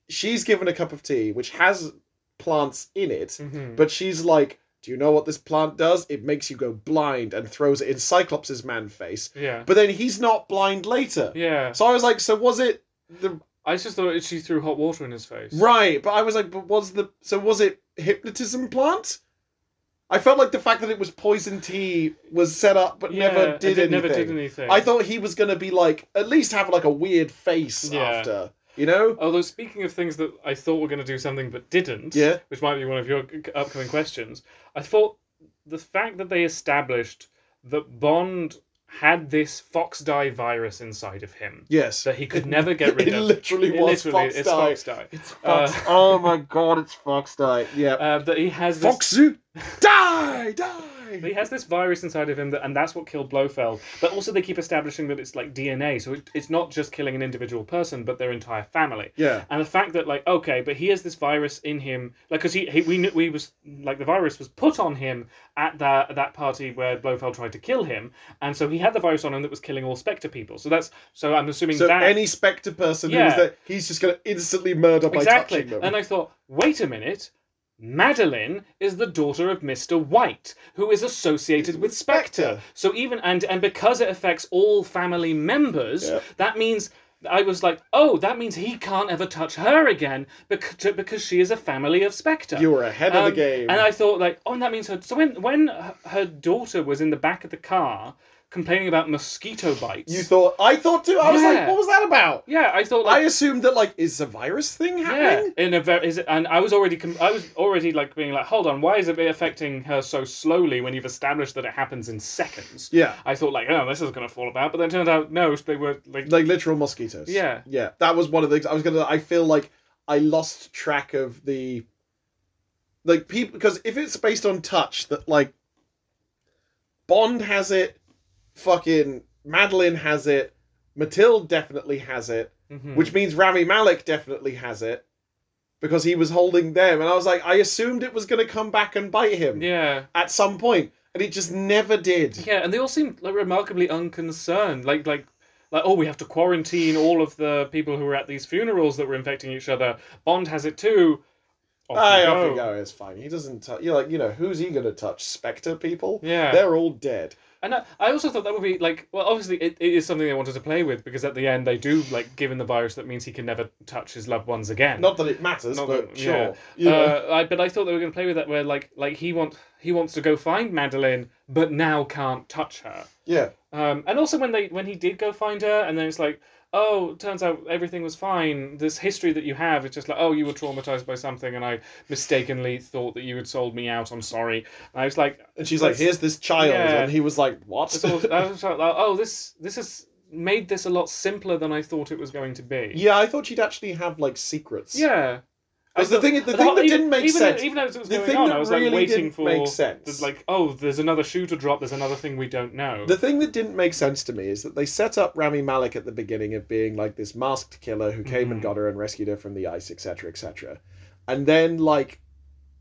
[SPEAKER 2] she's given a cup of tea, which has plants in it,
[SPEAKER 3] Mhm.
[SPEAKER 2] but she's like, do you know what this plant does? It makes you go blind and throws it in Cyclops' man face.
[SPEAKER 3] Yeah.
[SPEAKER 2] But then he's not blind later.
[SPEAKER 3] Yeah.
[SPEAKER 2] So I was like, so was it the
[SPEAKER 3] I just thought she threw hot water in his face.
[SPEAKER 2] Right, but I was like, but was the so was it hypnotism plant? I felt like the fact that it was poison tea was set up but
[SPEAKER 3] Yeah,
[SPEAKER 2] never did
[SPEAKER 3] and
[SPEAKER 2] anything.
[SPEAKER 3] it Never did anything.
[SPEAKER 2] I thought he was gonna be like at least have like a weird face
[SPEAKER 3] Yeah.
[SPEAKER 2] after, you know?
[SPEAKER 3] Although speaking of things that I thought were going to do something but didn't,
[SPEAKER 2] Yeah.
[SPEAKER 3] which might be one of your c- upcoming questions, I thought the fact that they established that Bond had this fox dye virus inside of him
[SPEAKER 2] Yes,
[SPEAKER 3] that he
[SPEAKER 2] (laughs)
[SPEAKER 3] could never get rid
[SPEAKER 2] it
[SPEAKER 3] of.
[SPEAKER 2] literally
[SPEAKER 3] It
[SPEAKER 2] was
[SPEAKER 3] literally,
[SPEAKER 2] fox
[SPEAKER 3] it's
[SPEAKER 2] dye.
[SPEAKER 3] fox dye.
[SPEAKER 2] It's
[SPEAKER 3] Uh,
[SPEAKER 2] oh my god, it's fox dye. Yeah,
[SPEAKER 3] (laughs) Uh, that he has this (laughs)
[SPEAKER 2] foxy. die,
[SPEAKER 3] But he
[SPEAKER 2] die.
[SPEAKER 3] has this virus inside of him, that, and that's what killed Blofeld. But also, they keep establishing that it's like DNA, so it, it's not just killing an individual person, but their entire family.
[SPEAKER 2] Yeah,
[SPEAKER 3] And the fact that, like, okay, but he has this virus in him, like, because he, he we knew we was like the virus was put on him at that at that party where Blofeld tried to kill him, and so he had the virus on him that was killing all Spectre people. So that's so I'm assuming
[SPEAKER 2] so
[SPEAKER 3] that
[SPEAKER 2] any Spectre person who was
[SPEAKER 3] Yeah.
[SPEAKER 2] there, he's just going to instantly murder by
[SPEAKER 3] exactly.
[SPEAKER 2] touching them.
[SPEAKER 3] And I thought, wait a minute. Madeline is the daughter of Mr. White, who is associated with Spectre.
[SPEAKER 2] Spectre.
[SPEAKER 3] So even and and because it affects all family members,
[SPEAKER 2] Yeah.
[SPEAKER 3] that means I was like, oh, that means he can't ever touch her again because because she is a family of Spectre.
[SPEAKER 2] you were ahead of the
[SPEAKER 3] Um,
[SPEAKER 2] game.
[SPEAKER 3] And I thought, like, oh, and that means her. So when when her- her daughter was in the back of the car complaining about mosquito bites,
[SPEAKER 2] you thought, I thought too. I was like,
[SPEAKER 3] Yeah.
[SPEAKER 2] what was that about?
[SPEAKER 3] yeah, I thought like,
[SPEAKER 2] I assumed that like, is a virus thing
[SPEAKER 3] Yeah,
[SPEAKER 2] happening?
[SPEAKER 3] in a very, is it, and I was already, com- I was already like being like, hold on, why is it affecting her so slowly when you've established that it happens in seconds?
[SPEAKER 2] Yeah,
[SPEAKER 3] I thought like, oh, this is gonna fall about, but then it turned out no, they were like,
[SPEAKER 2] like literal mosquitoes.
[SPEAKER 3] yeah,
[SPEAKER 2] yeah. That was one of the things I was gonna. I feel like I lost track of the like people because if it's based on touch, that like Bond has it, fucking Madeline has it, Matilde definitely has it.
[SPEAKER 3] Mhm.
[SPEAKER 2] which means Rami Malik definitely has it because he was holding them, and I was like, I assumed it was going to come back and bite him
[SPEAKER 3] yeah,
[SPEAKER 2] at some point, and it just never did.
[SPEAKER 3] yeah, and they all seemed like remarkably unconcerned, like like. Like, oh, we have to quarantine all of the people who were at these funerals that were infecting each other. Bond has it too. Off
[SPEAKER 2] I
[SPEAKER 3] you
[SPEAKER 2] off you go. It's fine. He doesn't. T- you're like, you know, who's he going to touch? Spectre people.
[SPEAKER 3] Yeah.
[SPEAKER 2] they're all dead.
[SPEAKER 3] And I, I also thought that would be like, well, obviously it, it is something they wanted to play with because at the end they do like give him the virus that means he can never touch his loved ones again.
[SPEAKER 2] Not that it matters,
[SPEAKER 3] Not
[SPEAKER 2] but
[SPEAKER 3] that-
[SPEAKER 2] sure.
[SPEAKER 3] yeah.
[SPEAKER 2] You know.
[SPEAKER 3] uh, I, but I thought they were going to play with that where like like he wants he wants to go find Madeline but now can't touch her.
[SPEAKER 2] yeah,
[SPEAKER 3] Um, and also when they when he did go find her and then it's like oh turns out everything was fine. This history that you have it's just like oh you were traumatized by something and I mistakenly thought that you had sold me out. I'm sorry. And I was like
[SPEAKER 2] and she's like,
[SPEAKER 3] that's-
[SPEAKER 2] "Here's this child,"
[SPEAKER 3] yeah.
[SPEAKER 2] and he was like, "What?" (laughs)
[SPEAKER 3] It's all, I was like, oh, this this has made this a lot simpler than I thought it was going to be.
[SPEAKER 2] yeah, I thought she'd actually have like secrets.
[SPEAKER 3] yeah.
[SPEAKER 2] Because the thing, the
[SPEAKER 3] But
[SPEAKER 2] thing that
[SPEAKER 3] even-
[SPEAKER 2] didn't make
[SPEAKER 3] even,
[SPEAKER 2] sense.
[SPEAKER 3] even as it was
[SPEAKER 2] the
[SPEAKER 3] going
[SPEAKER 2] thing
[SPEAKER 3] on,
[SPEAKER 2] that
[SPEAKER 3] I was like
[SPEAKER 2] really
[SPEAKER 3] waiting
[SPEAKER 2] didn't
[SPEAKER 3] for
[SPEAKER 2] make sense.
[SPEAKER 3] like, oh, there's another shoe to drop. There's another thing we don't know.
[SPEAKER 2] The thing that didn't make sense to me is that they set up Rami Malik at the beginning of being like this masked killer who came and
[SPEAKER 3] Mhm.
[SPEAKER 2] got her and rescued her from the ice, etc., etc. And then, like,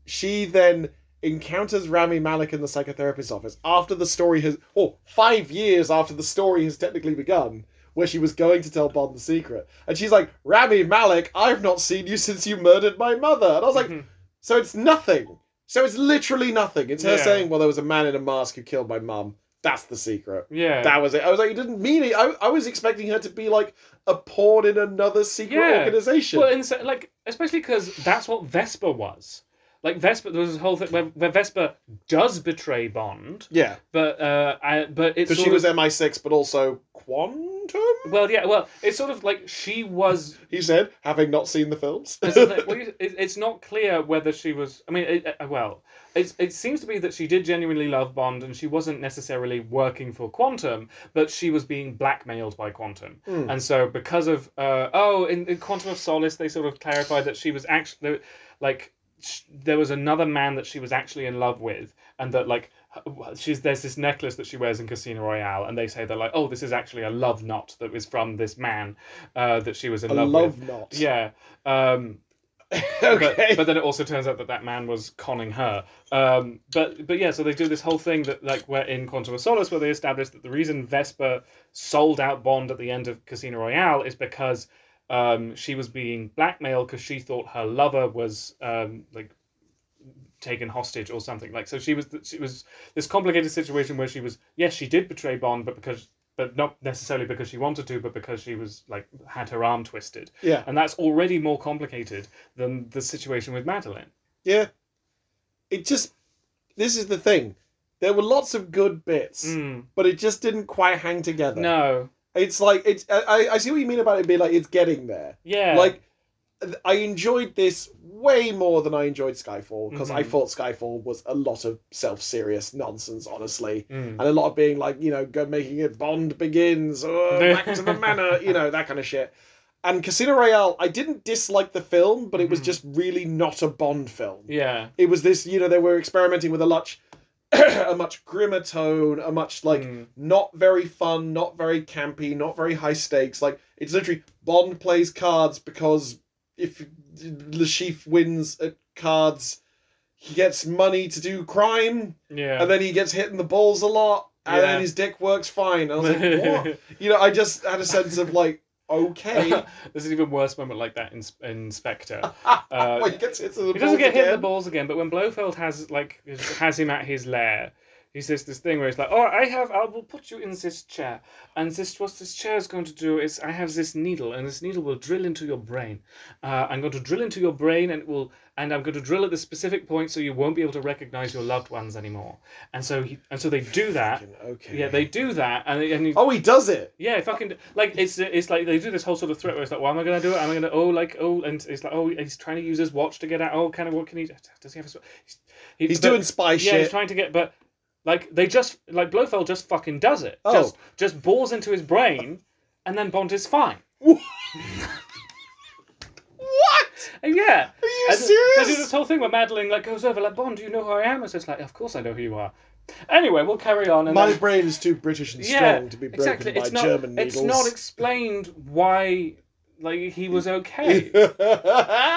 [SPEAKER 2] she then encounters Rami Malik in the psychotherapist's office after the story has, oh, five years after the story has technically begun, where she was going to tell Bond the secret. And she's like, Rami Malik, I've not seen you since you murdered my mother. And I was like,
[SPEAKER 3] Mhm.
[SPEAKER 2] so it's nothing. So it's literally nothing. It's her
[SPEAKER 3] Yeah.
[SPEAKER 2] saying, well, there was a man in a mask who killed my mum. That's the secret.
[SPEAKER 3] yeah,
[SPEAKER 2] That was it. I was like, you didn't mean it. I, I was expecting her to be like a pawn in another secret
[SPEAKER 3] Yeah.
[SPEAKER 2] organization.
[SPEAKER 3] Well, and so, like especially because that's what Vesper was. Like Vesper, there was this whole thing where, where Vesper does betray Bond,
[SPEAKER 2] yeah,
[SPEAKER 3] but uh, I, but it's
[SPEAKER 2] because
[SPEAKER 3] sort
[SPEAKER 2] she was
[SPEAKER 3] of,
[SPEAKER 2] MI6, but also quantum.
[SPEAKER 3] well, yeah, well, it's sort of like she was
[SPEAKER 2] He said, having not seen the films. (laughs)
[SPEAKER 3] That's the thing. Well, you- it- it's not clear whether she was. I mean, it, uh, well, it, it seems to be that she did genuinely love Bond, and she wasn't necessarily working for Quantum, but she was being blackmailed by Quantum.
[SPEAKER 2] Hmm.
[SPEAKER 3] And so, because of uh, oh, in, in Quantum of Solace, they sort of clarified that she was actually like sh- there was another man that she was actually in love with, and that like h- she's there's this necklace that she wears in Casino Royale, and they say they're like, oh, this is actually a love knot that was from this man uh, that she was in
[SPEAKER 2] a
[SPEAKER 3] love,
[SPEAKER 2] love,
[SPEAKER 3] with.
[SPEAKER 2] knot.
[SPEAKER 3] Yeah. Um,
[SPEAKER 2] (laughs) okay.
[SPEAKER 3] but, but then it also turns out that that man was conning her. Um, but but yeah, so they do this whole thing that like where in Quantum of Solace, where they establish that the reason Vesper sold out Bond at the end of Casino Royale is because um, she was being blackmailed because she thought her lover was um, like taken hostage or something. Like so, she was she was this complicated situation where she was yes, she did betray Bond, but because but not necessarily because she wanted to, but because she was like had her arm twisted
[SPEAKER 2] yeah.
[SPEAKER 3] and that's already more complicated than the situation with Madeline.
[SPEAKER 2] Yeah. It just. This is the thing. There were lots of good bits, but it just didn't quite hang together.
[SPEAKER 3] Mm. No,
[SPEAKER 2] It's like it's. I, I- I see what you mean about it being like it's getting there.
[SPEAKER 3] yeah,
[SPEAKER 2] Like, th- I enjoyed this way more than I enjoyed Skyfall because I
[SPEAKER 3] Mhm.
[SPEAKER 2] thought Skyfall was a lot of self-serious nonsense, honestly,
[SPEAKER 3] Mm.
[SPEAKER 2] and a lot of oh,
[SPEAKER 3] (laughs)
[SPEAKER 2] being like, you know, go making it Bond begins, or back to the manor, you know, that kind of shit. And Casino Royale, I didn't dislike the film, but it was
[SPEAKER 3] Mhm.
[SPEAKER 2] just really not a Bond film.
[SPEAKER 3] Yeah.
[SPEAKER 2] It was this, you know, they were experimenting with a much, (coughs) a much grimmer tone, a much like
[SPEAKER 3] Mm.
[SPEAKER 2] not very fun, not very campy, not very high stakes. Like it's literally Bond plays cards because if Le Chiffre wins at cards, he gets money to do crime,
[SPEAKER 3] yeah.
[SPEAKER 2] and then he gets hit in the balls a lot, and
[SPEAKER 3] Yeah.
[SPEAKER 2] then his dick works fine. And I was like,
[SPEAKER 3] (laughs)
[SPEAKER 2] what? you know, I just had a sense of like,
[SPEAKER 3] (laughs)
[SPEAKER 2] okay,
[SPEAKER 3] There's an even worse moment like that in, in Spectre.
[SPEAKER 2] (laughs)
[SPEAKER 3] Uh,
[SPEAKER 2] well, Oh, he gets hit to the
[SPEAKER 3] he doesn't
[SPEAKER 2] balls
[SPEAKER 3] get hit in the
[SPEAKER 2] again.
[SPEAKER 3] balls again, but when Blofeld has like has him at his lair, he says this thing where he's like, "Oh, I have, I will put you in this chair, and this what this chair is going to do is I have this needle, and this needle will drill into your brain. Uh, I'm going to drill into your brain, and it will, and I'm going to drill at the specific point so you won't be able to recognize your loved ones anymore. And so he, and so they do that.
[SPEAKER 2] Fucking Okay.
[SPEAKER 3] Yeah, they do that, and, and he
[SPEAKER 2] Oh, he does it.
[SPEAKER 3] yeah, fucking like it's it's like they do this whole sort of threat where it's like, well, am I gonna do it? Am I gonna oh like oh and it's like oh he's trying to use his watch to get out. Oh, kind of what can he? Does he have? A, sw- he's he-
[SPEAKER 2] He's
[SPEAKER 3] but-
[SPEAKER 2] doing spy
[SPEAKER 3] yeah. He's
[SPEAKER 2] shit.
[SPEAKER 3] trying to get, but like they just like Blofeld just fucking does it.
[SPEAKER 2] Oh.
[SPEAKER 3] Just just bores into his brain, and then Bond is fine.
[SPEAKER 2] (laughs) What?
[SPEAKER 3] And yeah,
[SPEAKER 2] Are you
[SPEAKER 3] And They do
[SPEAKER 2] serious?
[SPEAKER 3] this whole thing where Madeline like goes over like Bond, do you know who I am? It's just like, of course I know who you are. Anyway, we'll carry on. And
[SPEAKER 2] My
[SPEAKER 3] then-
[SPEAKER 2] brain is too British and strong to be broken by
[SPEAKER 3] it's not,
[SPEAKER 2] German
[SPEAKER 3] It's
[SPEAKER 2] needles.
[SPEAKER 3] not explained why like
[SPEAKER 2] (laughs)
[SPEAKER 3] he was okay. they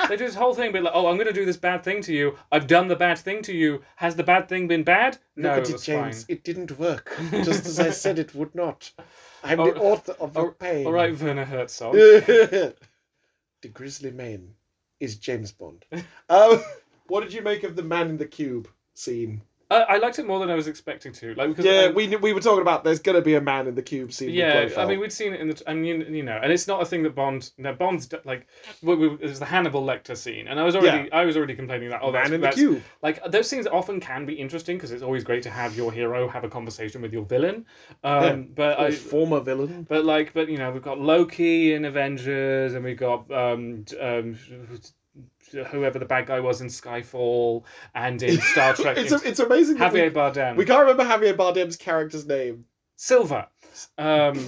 [SPEAKER 3] do this whole thing, but like, oh, I'm going to do this bad thing to you. I've done the bad thing to you. Has the bad thing been bad? No,
[SPEAKER 2] Look at
[SPEAKER 3] it
[SPEAKER 2] it,
[SPEAKER 3] was
[SPEAKER 2] James. It didn't
[SPEAKER 3] (laughs)
[SPEAKER 2] work, just as I said it would not. I'm the
[SPEAKER 3] Oh,
[SPEAKER 2] author of the
[SPEAKER 3] oh,
[SPEAKER 2] pain.
[SPEAKER 3] fine. All right, Werner
[SPEAKER 2] (laughs)
[SPEAKER 3] Herzog.
[SPEAKER 2] the Grizzly Man is James Bond. (laughs) um, what did you make of the Man in the Cube scene?
[SPEAKER 3] uh, I liked it more than I was expecting to. Like because
[SPEAKER 2] Yeah,
[SPEAKER 3] I,
[SPEAKER 2] we knew- we were talking about there's gonna be a Man in the Cube scene. with
[SPEAKER 3] yeah. I
[SPEAKER 2] Blofeld.
[SPEAKER 3] mean, we'd seen it in the. I mean, you know, and it's not a thing that Bond. No, Bond's d- like we, we, it was the Hannibal Lecter scene, and I was already I was already complaining that oh that's,
[SPEAKER 2] Man in the
[SPEAKER 3] that's
[SPEAKER 2] Cube.
[SPEAKER 3] like those scenes often can be interesting because it's always great to have your hero have a conversation with your villain. Um,
[SPEAKER 2] Yeah.
[SPEAKER 3] But
[SPEAKER 2] A
[SPEAKER 3] I,
[SPEAKER 2] former villain.
[SPEAKER 3] But like, but you know, we've got Loki in Avengers, and we've got um, d- um, whoever the bad guy was in Skyfall and
[SPEAKER 2] (laughs)
[SPEAKER 3] in Star Trek.
[SPEAKER 2] it's,
[SPEAKER 3] in-
[SPEAKER 2] a, it's amazing. that
[SPEAKER 3] Javier
[SPEAKER 2] we,
[SPEAKER 3] Bardem,
[SPEAKER 2] we can't remember Javier Bardem's character's name.
[SPEAKER 3] Silver, um,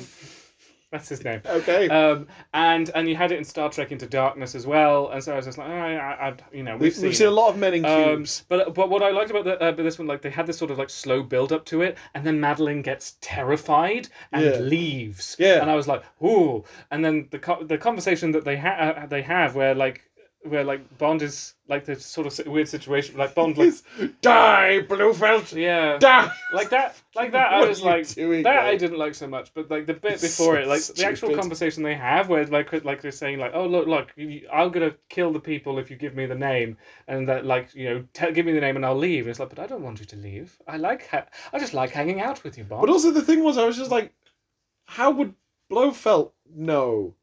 [SPEAKER 3] that's his name.
[SPEAKER 2] Okay.
[SPEAKER 3] Um, and and you had it in Star Trek Into Darkness as well, and so I was just like, oh, I, I, I- you know, we've,
[SPEAKER 2] we've,
[SPEAKER 3] seen, it.
[SPEAKER 2] a lot of men in
[SPEAKER 3] Um,
[SPEAKER 2] cubes.
[SPEAKER 3] but but what I liked about the, uh, but this one, like they had this sort of like slow build up to it, and then Madeline gets terrified and
[SPEAKER 2] Yeah.
[SPEAKER 3] leaves.
[SPEAKER 2] Yeah.
[SPEAKER 3] and I was like, ooh. And then the co- the conversation that they ha- uh, they have where like where like Bond is like this sort of si- weird situation, like Bond (laughs) like
[SPEAKER 2] He's, Die, Blofeld. (laughs)
[SPEAKER 3] yeah,
[SPEAKER 2] Die.
[SPEAKER 3] like that like that. I (laughs)
[SPEAKER 2] What
[SPEAKER 3] was
[SPEAKER 2] are you
[SPEAKER 3] like
[SPEAKER 2] doing,
[SPEAKER 3] that
[SPEAKER 2] mate?
[SPEAKER 3] I didn't like so much, but like the bit
[SPEAKER 2] It's
[SPEAKER 3] before
[SPEAKER 2] so
[SPEAKER 3] it, like the actual
[SPEAKER 2] stupid.
[SPEAKER 3] conversation they have where like like they're saying like, oh look look, you- I'm gonna kill the people if you give me the name, and that like you know tell, give me the name and I'll leave. And it's like, but I don't want you to leave. I like ha- I just like hanging out with you, Bob.
[SPEAKER 2] But also the thing was, I was just like, how would Blofeld know?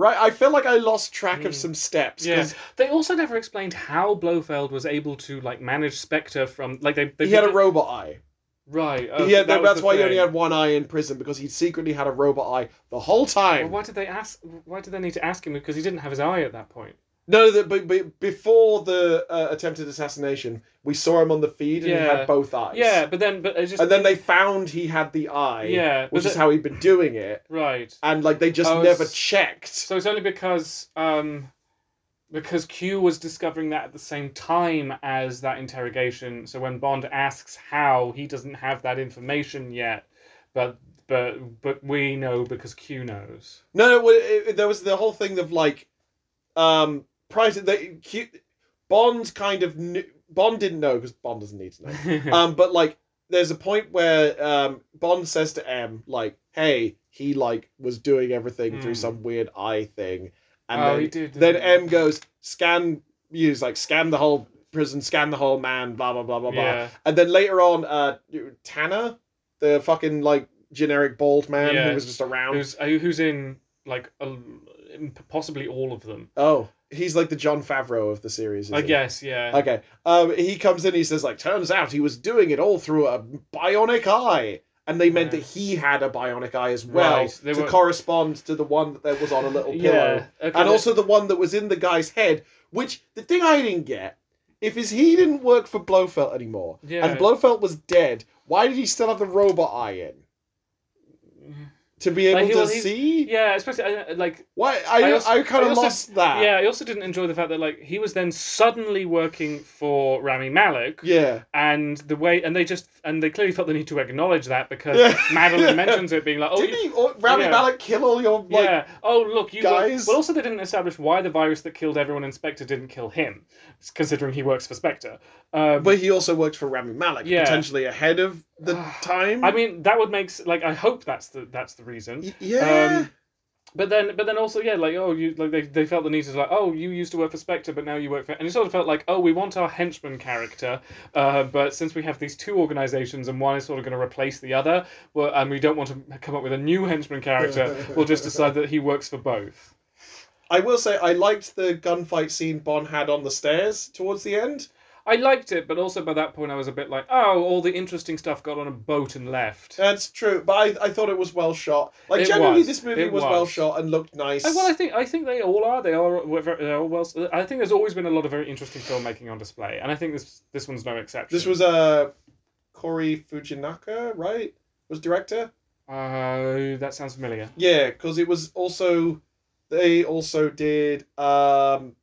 [SPEAKER 2] Right? I feel like I lost track
[SPEAKER 3] Mm.
[SPEAKER 2] of some steps. 'cause
[SPEAKER 3] Yeah. They also never explained how Blofeld was able to like manage Spectre from like they. they
[SPEAKER 2] He had a
[SPEAKER 3] did-
[SPEAKER 2] robot eye.
[SPEAKER 3] right.
[SPEAKER 2] Yeah,
[SPEAKER 3] oh,
[SPEAKER 2] that,
[SPEAKER 3] was
[SPEAKER 2] that's
[SPEAKER 3] the
[SPEAKER 2] why he only
[SPEAKER 3] thing.
[SPEAKER 2] had one eye in prison because he secretly had a robot eye the whole time.
[SPEAKER 3] Well, why did they ask? Why did they need to ask him? Because he didn't have his eye at that point.
[SPEAKER 2] No, the, but, but before the uh, attempted assassination, we saw him on the feed and he
[SPEAKER 3] Yeah.
[SPEAKER 2] had both eyes.
[SPEAKER 3] Yeah, but then, but it's just
[SPEAKER 2] And then they found he had the eye,
[SPEAKER 3] Yeah, but
[SPEAKER 2] which is
[SPEAKER 3] the-
[SPEAKER 2] how he'd been doing it.
[SPEAKER 3] right.
[SPEAKER 2] And like they just
[SPEAKER 3] Oh,
[SPEAKER 2] never
[SPEAKER 3] s-
[SPEAKER 2] checked.
[SPEAKER 3] So it's only because um, because Q was discovering that at the same time as that interrogation. So when Bond asks how, he doesn't have that information yet, but but but we know because Q knows.
[SPEAKER 2] No, no, well, it, it- there was the whole thing of like, um, prior to the Q- Bond kind of knew, Bond didn't know because Bond doesn't need to (laughs) know. um, but like, there's a point where um, Bond says to M, like, "Hey, he like was doing everything through
[SPEAKER 3] Hmm.
[SPEAKER 2] some weird eye thing," Uh, and
[SPEAKER 3] oh,
[SPEAKER 2] then
[SPEAKER 3] he did.
[SPEAKER 2] then
[SPEAKER 3] didn't he?
[SPEAKER 2] M goes, "Scan, use like scan the whole prison, scan the whole man, blah blah blah blah blah."
[SPEAKER 3] yeah.
[SPEAKER 2] And then later on, uh, Tanner, the fucking like generic bald man
[SPEAKER 3] Yeah.
[SPEAKER 2] who was just around.
[SPEAKER 3] Who's uh, who's in like a, in possibly all of them?
[SPEAKER 2] Oh, he's like the John Favreau of the series. is
[SPEAKER 3] I
[SPEAKER 2] he?
[SPEAKER 3] guess. Yeah.
[SPEAKER 2] Okay. Um, he comes in. He says, like, turns out he was doing it all through a bionic eye, and they meant
[SPEAKER 3] Yeah.
[SPEAKER 2] that he had a bionic eye as well
[SPEAKER 3] Right, they
[SPEAKER 2] to
[SPEAKER 3] were-
[SPEAKER 2] correspond to the one that there was on a little pillow,
[SPEAKER 3] yeah. Okay.
[SPEAKER 2] and also the one that was in the guy's head. Which the thing I didn't get, if his he didn't work for Blofeld anymore,
[SPEAKER 3] Yeah.
[SPEAKER 2] and Blofeld was dead, why did he still have the robot eye in? to be able
[SPEAKER 3] Like, he
[SPEAKER 2] to
[SPEAKER 3] was- he's-
[SPEAKER 2] see.
[SPEAKER 3] Yeah, especially I- I- like
[SPEAKER 2] Why I
[SPEAKER 3] I
[SPEAKER 2] I,
[SPEAKER 3] also-
[SPEAKER 2] kind
[SPEAKER 3] I
[SPEAKER 2] of
[SPEAKER 3] also-
[SPEAKER 2] lost that.
[SPEAKER 3] yeah, I also didn't enjoy the fact that like he was then suddenly working for Rami Malek.
[SPEAKER 2] Yeah.
[SPEAKER 3] And the way, and they just, and they clearly felt the need to acknowledge that because
[SPEAKER 2] Yeah.
[SPEAKER 3] Madeline
[SPEAKER 2] Yeah.
[SPEAKER 3] mentions it, being like, "Oh,
[SPEAKER 2] Didn't
[SPEAKER 3] you,
[SPEAKER 2] he or, Rami
[SPEAKER 3] yeah.
[SPEAKER 2] Malek kill all your like?
[SPEAKER 3] yeah, oh look, you work-"
[SPEAKER 2] guys?
[SPEAKER 3] Well, also they didn't establish why the virus that killed everyone in Spectre didn't kill him, considering he works for Spectre. Um,
[SPEAKER 2] But he also worked for Rami Malek,
[SPEAKER 3] Yeah.
[SPEAKER 2] potentially ahead of
[SPEAKER 3] (sighs)
[SPEAKER 2] the time.
[SPEAKER 3] I mean, that would make s- like I hope that's the that's the reason.
[SPEAKER 2] Y- yeah.
[SPEAKER 3] Um, But then, but then also, yeah, like oh, you like they, they felt the need to like oh, you used to work for Spectre, but now you work for, and it sort of felt like oh, we want our henchman character, uh, but since we have these two organizations and one is sort of going to replace the other, well, and we don't want to come up with a new henchman character, we'll just decide that he works for both.
[SPEAKER 2] I will say I liked the gunfight scene Bond had on the stairs towards the end.
[SPEAKER 3] I liked it, but also by that point I was a bit like oh, all the interesting stuff got on a boat and left.
[SPEAKER 2] That's true, but I, I thought it was well shot. Like
[SPEAKER 3] It
[SPEAKER 2] generally,
[SPEAKER 3] was.
[SPEAKER 2] this movie
[SPEAKER 3] It
[SPEAKER 2] was, well
[SPEAKER 3] was.
[SPEAKER 2] shot and looked nice.
[SPEAKER 3] Uh, well, I think I think they all are. They are all ver- they're all well. I think there's always been a lot of very interesting filmmaking on display, and I think this this one's no exception.
[SPEAKER 2] This was uh, Corey Fujinaka, right? Was director?
[SPEAKER 3] Uh, that sounds familiar.
[SPEAKER 2] Yeah, because it was also they also did um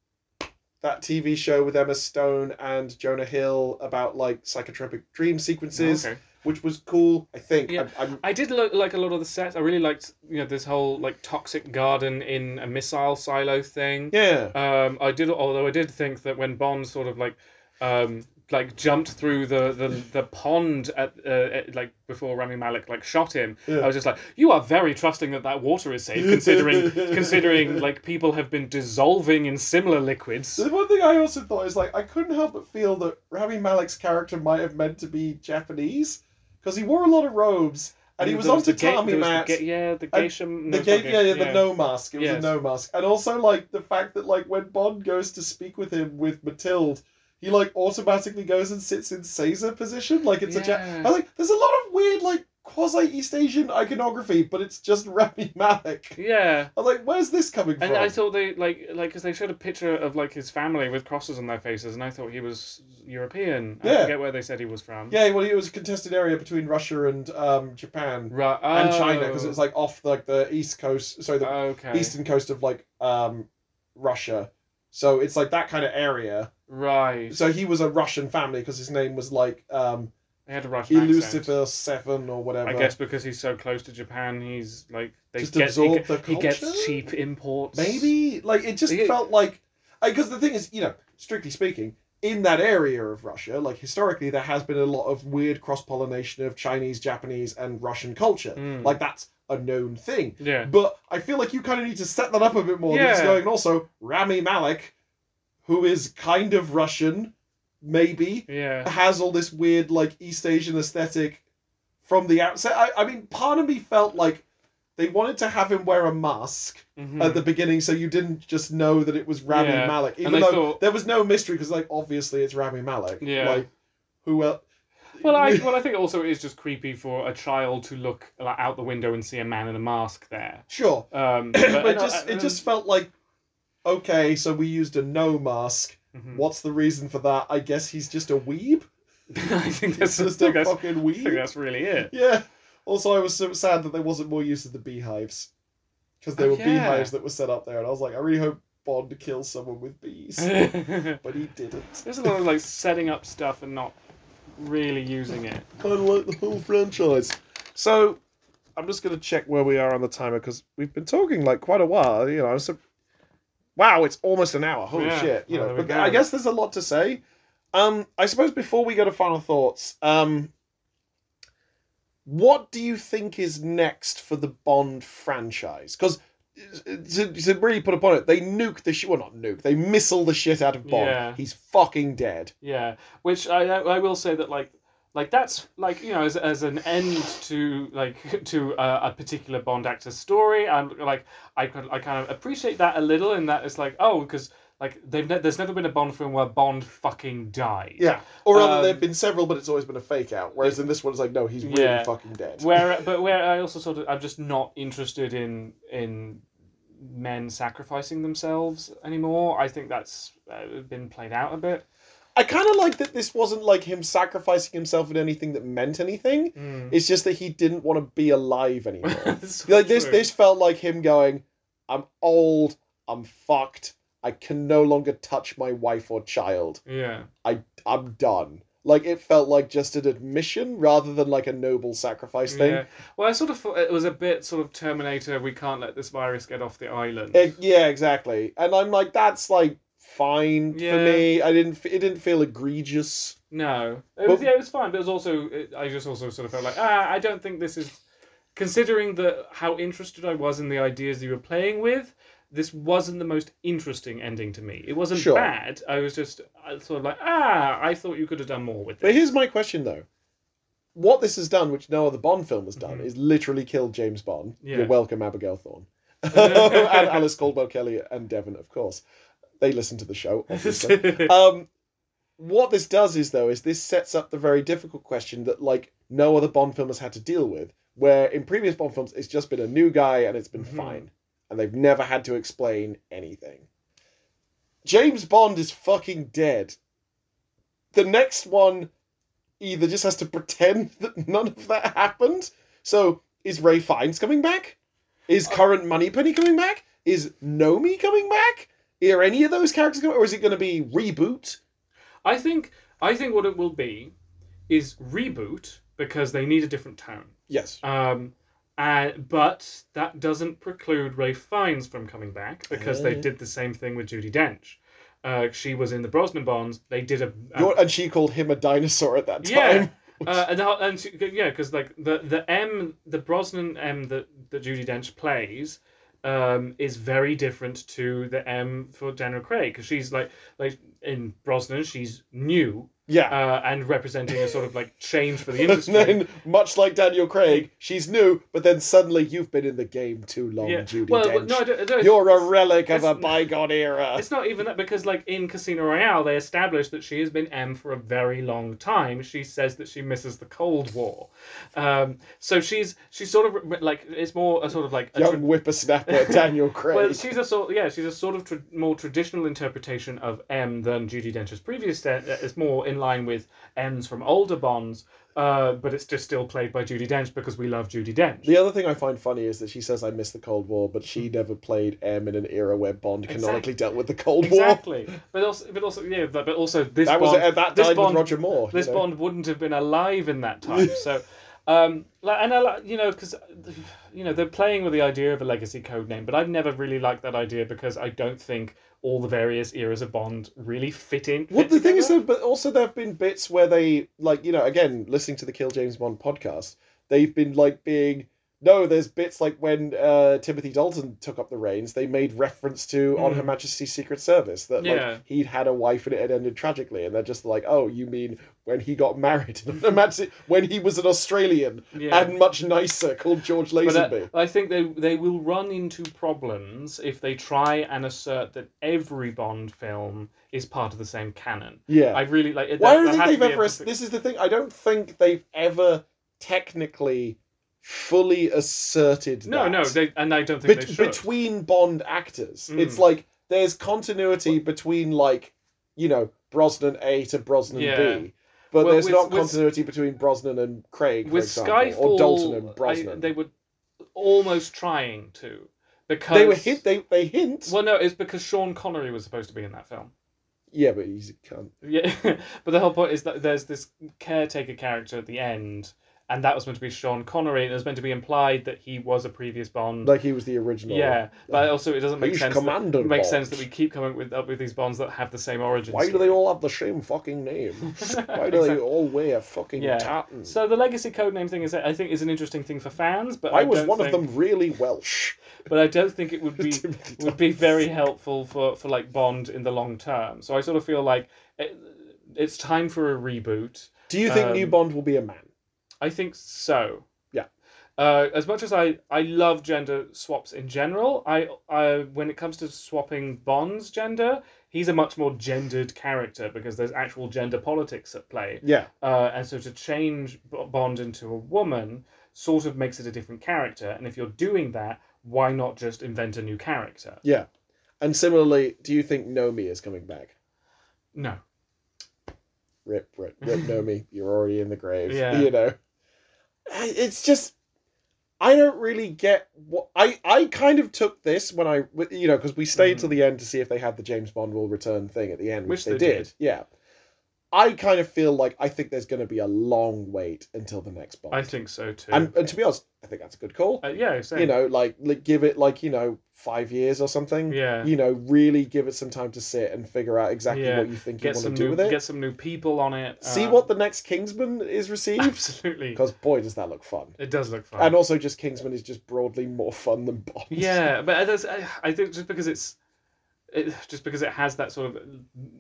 [SPEAKER 2] that TV show with Emma Stone and Jonah Hill about like psychotropic dream sequences,
[SPEAKER 3] Okay.
[SPEAKER 2] which was cool. I think.
[SPEAKER 3] Yeah.
[SPEAKER 2] I, I'm,
[SPEAKER 3] I did look, like a lot of the sets. I really liked you know this whole like toxic garden in a missile silo thing.
[SPEAKER 2] yeah.
[SPEAKER 3] Um, I did although I did think that when Bond sort of like um like jumped through the the, the pond at, uh, at like before Rami Malik like shot him.
[SPEAKER 2] Yeah.
[SPEAKER 3] I was just like, you are very trusting that that water is safe,
[SPEAKER 2] (laughs)
[SPEAKER 3] considering considering like people have been dissolving in similar liquids.
[SPEAKER 2] The one thing I also thought is like I couldn't help but feel that Rami Malek's character might have meant to be Japanese because he wore a lot of robes and he was
[SPEAKER 3] there
[SPEAKER 2] on
[SPEAKER 3] the ge-
[SPEAKER 2] tatami
[SPEAKER 3] there was the
[SPEAKER 2] mats.
[SPEAKER 3] ge- yeah, the geisha. no,
[SPEAKER 2] The
[SPEAKER 3] it's not
[SPEAKER 2] game, yeah, yeah, the no mask. It was a
[SPEAKER 3] Yes.
[SPEAKER 2] no mask, and also like the fact that like when Bond goes to speak with him with Matilde, he like automatically goes and sits in Caesar position, like it's a. Ja-
[SPEAKER 3] Yeah.
[SPEAKER 2] I was like, there's a lot of weird like quasi East Asian iconography, but it's just (laughs) Rami Malek.
[SPEAKER 3] Yeah.
[SPEAKER 2] I was like, where's this coming
[SPEAKER 3] And
[SPEAKER 2] from?
[SPEAKER 3] I thought they like like because they showed a picture of like his family with crosses on their faces, and I thought he was European. I
[SPEAKER 2] Yeah.
[SPEAKER 3] forget where they said he was from.
[SPEAKER 2] yeah, well, it was a contested area between Russia and um, Japan
[SPEAKER 3] Right.
[SPEAKER 2] and China because it's like off like the east coast, sorry, the
[SPEAKER 3] okay.
[SPEAKER 2] eastern coast of like um, Russia. So it's like that kind of area.
[SPEAKER 3] Right.
[SPEAKER 2] so he was a Russian family because his name was like um,
[SPEAKER 3] They had a Russian accent.
[SPEAKER 2] Elucifer Seven or whatever.
[SPEAKER 3] I guess because he's so close to Japan, he's like they
[SPEAKER 2] just
[SPEAKER 3] get he,
[SPEAKER 2] absorb
[SPEAKER 3] get-
[SPEAKER 2] the
[SPEAKER 3] he
[SPEAKER 2] culture.
[SPEAKER 3] gets cheap imports.
[SPEAKER 2] Maybe like it just
[SPEAKER 3] He-
[SPEAKER 2] felt like because the thing is, you know, strictly speaking, in that area of Russia, like historically, there has been a lot of weird cross pollination of Chinese, Japanese, and Russian culture.
[SPEAKER 3] Mm.
[SPEAKER 2] Like that's a known thing.
[SPEAKER 3] Yeah.
[SPEAKER 2] But I feel like you kind of need to set that up a bit more. than just
[SPEAKER 3] Yeah.
[SPEAKER 2] going also Rami Malik, who is kind of Russian, maybe.
[SPEAKER 3] Yeah.
[SPEAKER 2] (laughs) has all this weird like East Asian aesthetic from the outset. I, I mean, part of me felt like they wanted to have him wear a mask
[SPEAKER 3] Mhm.
[SPEAKER 2] at uh, the beginning, so you didn't just know that it was Rami
[SPEAKER 3] Yeah.
[SPEAKER 2] Malek, even
[SPEAKER 3] they
[SPEAKER 2] though
[SPEAKER 3] thought-
[SPEAKER 2] there was no mystery because like obviously it's Rami Malek.
[SPEAKER 3] Yeah.
[SPEAKER 2] Like who else?
[SPEAKER 3] Well,
[SPEAKER 2] (laughs)
[SPEAKER 3] I well I think also it is just creepy for a child to look like, out the window and see a man in a mask there.
[SPEAKER 2] sure, (clears throat) (coughs)
[SPEAKER 3] Um,
[SPEAKER 2] but,
[SPEAKER 3] but- um,
[SPEAKER 2] it just it just felt like okay, so we used a no mask.
[SPEAKER 3] Mhm.
[SPEAKER 2] What's the reason for that? I guess he's just a weeb.
[SPEAKER 3] (laughs) I think
[SPEAKER 2] He's
[SPEAKER 3] that's I
[SPEAKER 2] just
[SPEAKER 3] think
[SPEAKER 2] a
[SPEAKER 3] that's,
[SPEAKER 2] fucking
[SPEAKER 3] I think
[SPEAKER 2] weeb.
[SPEAKER 3] that's
[SPEAKER 2] (laughs)
[SPEAKER 3] really it.
[SPEAKER 2] Yeah. Also, I was so sad that there wasn't more use of the beehives. Because there
[SPEAKER 3] Oh,
[SPEAKER 2] were
[SPEAKER 3] yeah.
[SPEAKER 2] beehives that were set up there, and I was like, I really hope Bond kills someone with
[SPEAKER 3] (laughs)
[SPEAKER 2] bees.
[SPEAKER 3] There's
[SPEAKER 2] but he didn't.
[SPEAKER 3] a lot of like setting up stuff and not really using it.
[SPEAKER 2] Kind of like the whole franchise. So, I'm just going to check where we are on the timer, because we've been talking like quite a while. You know, I'm so. Wow, it's almost an hour. Holy
[SPEAKER 3] Yeah,
[SPEAKER 2] shit. You
[SPEAKER 3] well,
[SPEAKER 2] know,
[SPEAKER 3] there we
[SPEAKER 2] but I
[SPEAKER 3] go.
[SPEAKER 2] guess there's a lot to say. Um, I suppose before we go to final thoughts, um, what do you think is next for the Bond franchise? Because to, to really put upon it, they nuke the shit. Well, not nuke. They missile the shit out of Bond.
[SPEAKER 3] Yeah.
[SPEAKER 2] He's fucking dead.
[SPEAKER 3] Yeah, which I I I will say that like like that's like you know as, as an end to like (laughs) to uh, a particular Bond actor's story. I'm like I could I kind of appreciate that a little in that it's like oh because like they've ne- there's never been a Bond film where Bond fucking died.
[SPEAKER 2] Yeah. Or rather,
[SPEAKER 3] Um,
[SPEAKER 2] there''ve been several, but it's always been a fake out. Whereas in this one, it's like, no, he's really
[SPEAKER 3] Yeah.
[SPEAKER 2] fucking dead.
[SPEAKER 3] where but where I also sort of I'm just not interested in in men sacrificing themselves anymore. I think that's uh, been played out a bit.
[SPEAKER 2] I kind of like that this wasn't like him sacrificing himself in anything that meant anything. It's just that he didn't want to be alive anymore.
[SPEAKER 3] (laughs)
[SPEAKER 2] (laughs)
[SPEAKER 3] It's so
[SPEAKER 2] Hmm. like this,
[SPEAKER 3] true.
[SPEAKER 2] this felt like him going, "I'm old. I'm fucked. I can no longer touch my wife or child.
[SPEAKER 3] Yeah.
[SPEAKER 2] I'm done." Like it felt like just an admission rather than like a noble sacrifice thing.
[SPEAKER 3] yeah. Well, I sort of thought it was a bit sort of Terminator. We can't let this virus get off the island.
[SPEAKER 2] Eh, yeah, exactly. And I'm like, that's like fine for
[SPEAKER 3] Yeah.
[SPEAKER 2] me. I didn't. f- It didn't feel egregious.
[SPEAKER 3] No, it
[SPEAKER 2] Well-
[SPEAKER 3] was, yeah, it was fine, but it was also it, I just also sort of felt like ah, I don't think this is considering the how interested I was in the ideas you were playing with. This wasn't the most interesting ending to me. It wasn't
[SPEAKER 2] Sure.
[SPEAKER 3] bad. I was just I sort of like ah, I thought you could have done more with
[SPEAKER 2] But
[SPEAKER 3] this.
[SPEAKER 2] here's my question though. What this has done, which no other Bond film has done,
[SPEAKER 3] Mhm.
[SPEAKER 2] is literally killed James Bond.
[SPEAKER 3] Yeah.
[SPEAKER 2] You're welcome, Abigail
[SPEAKER 3] (laughs)
[SPEAKER 2] Thorne. (laughs) and Alice Caldwell Kelly and Devon, of course. They listen to the show,
[SPEAKER 3] (laughs)
[SPEAKER 2] obviously. um, what this does is though is this sets up the very difficult question that like no other Bond film has had to deal with. Where in previous Bond films, it's just been a new guy and it's been
[SPEAKER 3] Mhm.
[SPEAKER 2] fine, and they've never had to explain anything. James Bond is fucking dead. The next one either just has to pretend (laughs) that none of that happened. So is Ray Fiennes coming back? Is current Moneypenny coming back? Is Nomi coming back? Are any of those characters coming, or is it going to be reboot?
[SPEAKER 3] I think I think what it will be is reboot because they need a different tone.
[SPEAKER 2] Yes.
[SPEAKER 3] Um, and, but that doesn't preclude Ray Fiennes from coming back because
[SPEAKER 2] Uh.
[SPEAKER 3] they did the same thing with Judy Dench. Uh, she was in the Brosnan Bonds. They did a, a-
[SPEAKER 2] You're, and she called him a dinosaur at that
[SPEAKER 3] Uh, yeah,
[SPEAKER 2] time.
[SPEAKER 3] uh, and, how- and she- yeah, because like the the M, the Brosnan M that that Judy Dench plays. Um, is very different to the M for Daniel Craig because she's like like in Brosnan she's new
[SPEAKER 2] Yeah.
[SPEAKER 3] uh, and representing a sort of like change
[SPEAKER 2] (laughs)
[SPEAKER 3] for the
[SPEAKER 2] and
[SPEAKER 3] industry.
[SPEAKER 2] then, much like Daniel Craig, she's new, but then suddenly you've been in the game too long,
[SPEAKER 3] yeah.
[SPEAKER 2] Judy
[SPEAKER 3] well,
[SPEAKER 2] Dench.
[SPEAKER 3] no, I don't, I don't-
[SPEAKER 2] You're a relic of
[SPEAKER 3] it's
[SPEAKER 2] a
[SPEAKER 3] n-
[SPEAKER 2] bygone era.
[SPEAKER 3] It's not even that because, like in Casino Royale, they establish that she has been M for a very long time. She says that she misses the Cold War, um, so she's she's sort of re- like it's more a sort of like a
[SPEAKER 2] Young
[SPEAKER 3] tra- (laughs)
[SPEAKER 2] whippersnapper Daniel Craig.
[SPEAKER 3] well, she's a sort yeah, she's a sort of tra- more traditional interpretation of M than Judy Dench's previous. De- it's more in line with M's from older Bonds, uh, but it's just still played by Judy Dench because we love Judy Dench.
[SPEAKER 2] The other thing I find funny is that she says I miss the Cold War, but she never played M in an era where Bond canonically
[SPEAKER 3] Mm-hmm. Exactly.
[SPEAKER 2] dealt with the Cold War.
[SPEAKER 3] Exactly, but also, but also, yeah, but but also this
[SPEAKER 2] That was
[SPEAKER 3] Bond,
[SPEAKER 2] at that
[SPEAKER 3] this
[SPEAKER 2] time
[SPEAKER 3] Bond-
[SPEAKER 2] with Roger Moore. you
[SPEAKER 3] (laughs) this
[SPEAKER 2] know.
[SPEAKER 3] Bond wouldn't have been alive in
[SPEAKER 2] (laughs)
[SPEAKER 3] that time. so, um, like, and I, like- you know, because you know they're playing with the idea of a legacy code name, but I've never really liked that idea because I don't think all the various eras of Bond really fit in.
[SPEAKER 2] Well,
[SPEAKER 3] fit
[SPEAKER 2] the thing is,
[SPEAKER 3] together.
[SPEAKER 2] though, but also there have been bits where they, like, you know, again, listening to the Kill James Bond podcast, they've been, like, being. No, there's bits like when uh, Timothy Dalton took up the reins, they made reference to On Her
[SPEAKER 3] Hmm.
[SPEAKER 2] Majesty's Secret Service that,
[SPEAKER 3] Yeah.
[SPEAKER 2] like, he'd had a wife and it had ended tragically. And they're just like, oh, you mean when he got married? (laughs) in On Her Majesty- when he was an Australian
[SPEAKER 3] yeah.
[SPEAKER 2] and much nicer called George
[SPEAKER 3] But uh,
[SPEAKER 2] Lazenby.
[SPEAKER 3] I, I think they they will run into problems if they try and assert that every Bond film is part of the same canon.
[SPEAKER 2] yeah.
[SPEAKER 3] I really like. it-
[SPEAKER 2] Well, I
[SPEAKER 3] there-
[SPEAKER 2] don't
[SPEAKER 3] there
[SPEAKER 2] think
[SPEAKER 3] has to
[SPEAKER 2] they've
[SPEAKER 3] be a-
[SPEAKER 2] ever. This is the thing. I don't think they've ever technically fully asserted.
[SPEAKER 3] No,
[SPEAKER 2] that.
[SPEAKER 3] no, they, and I don't think
[SPEAKER 2] Bet-
[SPEAKER 3] they should.
[SPEAKER 2] between Bond actors,
[SPEAKER 3] Mm.
[SPEAKER 2] it's like there's continuity between like you know Brosnan A to Brosnan
[SPEAKER 3] Yeah.
[SPEAKER 2] B, but
[SPEAKER 3] Well,
[SPEAKER 2] there's
[SPEAKER 3] with-
[SPEAKER 2] not
[SPEAKER 3] with-
[SPEAKER 2] continuity between Brosnan and Craig, for
[SPEAKER 3] with
[SPEAKER 2] example,
[SPEAKER 3] Skyfall,
[SPEAKER 2] or Dalton and
[SPEAKER 3] I,
[SPEAKER 2] Brosnan.
[SPEAKER 3] they were almost trying to because
[SPEAKER 2] they were hint. They they hint.
[SPEAKER 3] Well, no, it's because Sean Connery was supposed to be in that film. (laughs)
[SPEAKER 2] Yeah, but he's a cunt.
[SPEAKER 3] Yeah, but the whole point is that there's this caretaker character at the end, and that was meant to be Sean Connery, and it was meant to be implied that he was a previous Bond.
[SPEAKER 2] Like he was the original.
[SPEAKER 3] yeah, but also it doesn't make
[SPEAKER 2] He's
[SPEAKER 3] sense.
[SPEAKER 2] Commander
[SPEAKER 3] That, it makes
[SPEAKER 2] Bond.
[SPEAKER 3] sense that we keep coming with, up with these Bonds that have the same origin.
[SPEAKER 2] Why do
[SPEAKER 3] story.
[SPEAKER 2] they all have the same fucking name?
[SPEAKER 3] (laughs)
[SPEAKER 2] Why do they
[SPEAKER 3] Exactly.
[SPEAKER 2] all wear fucking
[SPEAKER 3] Yeah.
[SPEAKER 2] tartans?
[SPEAKER 3] So the legacy codename thing is, I think, is an interesting thing for fans, but
[SPEAKER 2] Why
[SPEAKER 3] I
[SPEAKER 2] was
[SPEAKER 3] don't
[SPEAKER 2] one
[SPEAKER 3] think-
[SPEAKER 2] of them really Welsh?
[SPEAKER 3] But I don't think it would be
[SPEAKER 2] Timothy
[SPEAKER 3] would be
[SPEAKER 2] Dalton.
[SPEAKER 3] very helpful for, for like Bond in the long term. So I sort of feel like it, it's time for a reboot.
[SPEAKER 2] Do you think New
[SPEAKER 3] um,
[SPEAKER 2] Bond will be a man?
[SPEAKER 3] I think so.
[SPEAKER 2] Yeah.
[SPEAKER 3] Uh, as much as I, I love gender swaps in general, I, I when it comes to swapping Bond's gender, he's a much more gendered character because there's actual gender politics at play.
[SPEAKER 2] Yeah.
[SPEAKER 3] Uh, and so to change B- Bond into a woman sort of makes it a different character. And if you're doing that, why not just invent a new character?
[SPEAKER 2] And similarly, do you think Nomi is coming back?
[SPEAKER 3] No.
[SPEAKER 2] rip, rip, rip,
[SPEAKER 3] (laughs)
[SPEAKER 2] Nomi, you're already in the grave.
[SPEAKER 3] Yeah.
[SPEAKER 2] You know, I- it's just, I don't really get what I I kind of took this when I w- you know because we stayed
[SPEAKER 3] Mhm.
[SPEAKER 2] till the end to see if they had the James Bond will return thing at the end, which,
[SPEAKER 3] Which
[SPEAKER 2] they,
[SPEAKER 3] they
[SPEAKER 2] did.
[SPEAKER 3] did.
[SPEAKER 2] Yeah. I kind of feel like I think there's going to be a long wait until the next Bond.
[SPEAKER 3] I think so too.
[SPEAKER 2] and, and to be honest, I think that's a good call.
[SPEAKER 3] uh, yeah, same.
[SPEAKER 2] you know, like, like give it like you know five years or something.
[SPEAKER 3] yeah.
[SPEAKER 2] You know, really give it some time to sit and figure out exactly
[SPEAKER 3] Yeah.
[SPEAKER 2] what you think you
[SPEAKER 3] Get
[SPEAKER 2] want
[SPEAKER 3] some
[SPEAKER 2] to do
[SPEAKER 3] new
[SPEAKER 2] with it.
[SPEAKER 3] get some new people on it.
[SPEAKER 2] See
[SPEAKER 3] um, (laughs)
[SPEAKER 2] what the next Kingsman is received.
[SPEAKER 3] absolutely.
[SPEAKER 2] Because boy, does that look fun.
[SPEAKER 3] It does look fun.
[SPEAKER 2] And also, just Kingsman is just broadly more fun than Bond.
[SPEAKER 3] (laughs) Yeah, but that's, I I think just because it's it, just because it has that sort of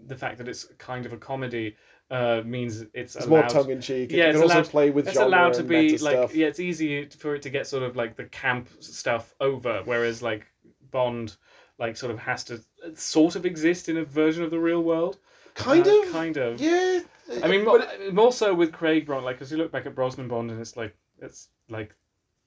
[SPEAKER 3] the fact that it's kind of a comedy uh, means it's,
[SPEAKER 2] (laughs) It's
[SPEAKER 3] allowed.
[SPEAKER 2] more tongue in cheek.
[SPEAKER 3] Yeah,
[SPEAKER 2] you
[SPEAKER 3] it's
[SPEAKER 2] can also
[SPEAKER 3] allowed-
[SPEAKER 2] play with
[SPEAKER 3] it's
[SPEAKER 2] genre
[SPEAKER 3] allowed to
[SPEAKER 2] and
[SPEAKER 3] be
[SPEAKER 2] meta
[SPEAKER 3] like
[SPEAKER 2] stuff.
[SPEAKER 3] yeah, it's easy for it to get sort of like the camp stuff over, whereas like Bond like sort of has to sort of exist in a version of the real world.
[SPEAKER 2] Kind
[SPEAKER 3] Uh,
[SPEAKER 2] of.
[SPEAKER 3] Kind of.
[SPEAKER 2] Yeah.
[SPEAKER 3] I mean,
[SPEAKER 2] but
[SPEAKER 3] but, more so with Craig Bond, like, because you look back at Brosnan Bond, and it's like it's like,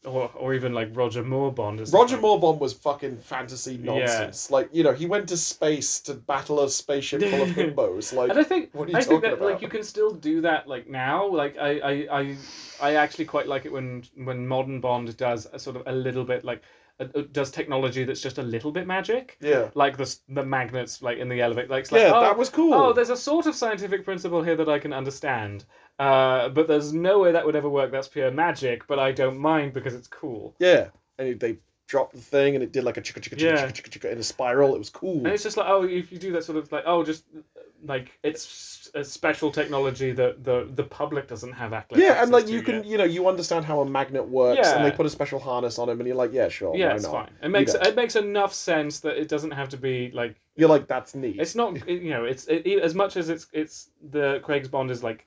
[SPEAKER 3] or or even like Roger Moore Bond. it's
[SPEAKER 2] Roger
[SPEAKER 3] like-
[SPEAKER 2] Moore Bond was fucking fantasy nonsense. Like you know, he went to space to battle a spaceship full
[SPEAKER 3] (laughs)
[SPEAKER 2] of himbos. Like
[SPEAKER 3] And I think
[SPEAKER 2] what are you
[SPEAKER 3] I
[SPEAKER 2] talking
[SPEAKER 3] think that
[SPEAKER 2] about?
[SPEAKER 3] like you can still do that like now. Like I, I, I, I actually quite like it when when modern Bond does a sort of a little bit like uh, uh, does technology that's just a little bit magic,
[SPEAKER 2] yeah,
[SPEAKER 3] like the s- the magnets like in the elevator. Like, it's like
[SPEAKER 2] yeah,
[SPEAKER 3] oh,
[SPEAKER 2] that was cool.
[SPEAKER 3] oh, there's a sort of scientific principle here that I can understand. Uh, but there's no way that would ever work. That's pure magic. But I don't mind because it's cool.
[SPEAKER 2] yeah, and they dropped the thing, and it did like a chicka chicka chicka
[SPEAKER 3] Yeah.
[SPEAKER 2] chicka chicka chicka in a spiral. It was cool.
[SPEAKER 3] And it's just like, oh, if you do that sort of like, oh, just uh, like it's a special technology that the the public doesn't have acc- access.
[SPEAKER 2] yeah, and like
[SPEAKER 3] to
[SPEAKER 2] you can,
[SPEAKER 3] yet.
[SPEAKER 2] you know, you understand how a magnet works, and
[SPEAKER 3] Yeah.
[SPEAKER 2] they put a special harness on him, and you're like, yeah, sure,
[SPEAKER 3] yeah,
[SPEAKER 2] why
[SPEAKER 3] it's
[SPEAKER 2] not?
[SPEAKER 3] fine. It makes
[SPEAKER 2] don't.
[SPEAKER 3] it makes enough sense that it doesn't have to be like
[SPEAKER 2] You're like, that's neat.
[SPEAKER 3] it's
[SPEAKER 2] (laughs)
[SPEAKER 3] not it- you know it's it, it- as much as it's it's the Craig's Bond is like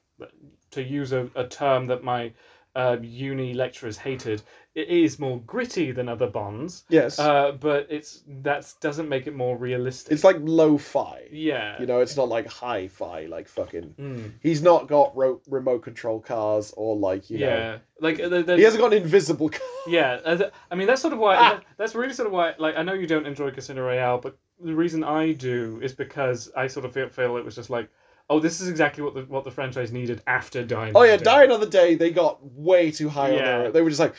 [SPEAKER 3] to use a, a term that my uh, uni lecturers hated. It is more gritty than other Bonds,
[SPEAKER 2] yes,
[SPEAKER 3] uh, but it's that doesn't make it more realistic.
[SPEAKER 2] it's like lo-fi.
[SPEAKER 3] yeah.
[SPEAKER 2] You know, it's not like hi-fi, like fucking.
[SPEAKER 3] Mm.
[SPEAKER 2] He's not got ro- remote control cars or like you know.
[SPEAKER 3] yeah, like uh, the, the,
[SPEAKER 2] He hasn't got an invisible car.
[SPEAKER 3] Yeah, uh, th- I mean that's sort of why.
[SPEAKER 2] Ah.
[SPEAKER 3] that- that's really sort of why. Like I know you don't enjoy Casino Royale, but the reason I do is because I sort of feel, feel it was just like, oh, this is exactly what the what the franchise needed after Dying.
[SPEAKER 2] Oh yeah,
[SPEAKER 3] Another Day.
[SPEAKER 2] Die Another Day. They got way too high
[SPEAKER 3] Yeah.
[SPEAKER 2] on their. They were just like,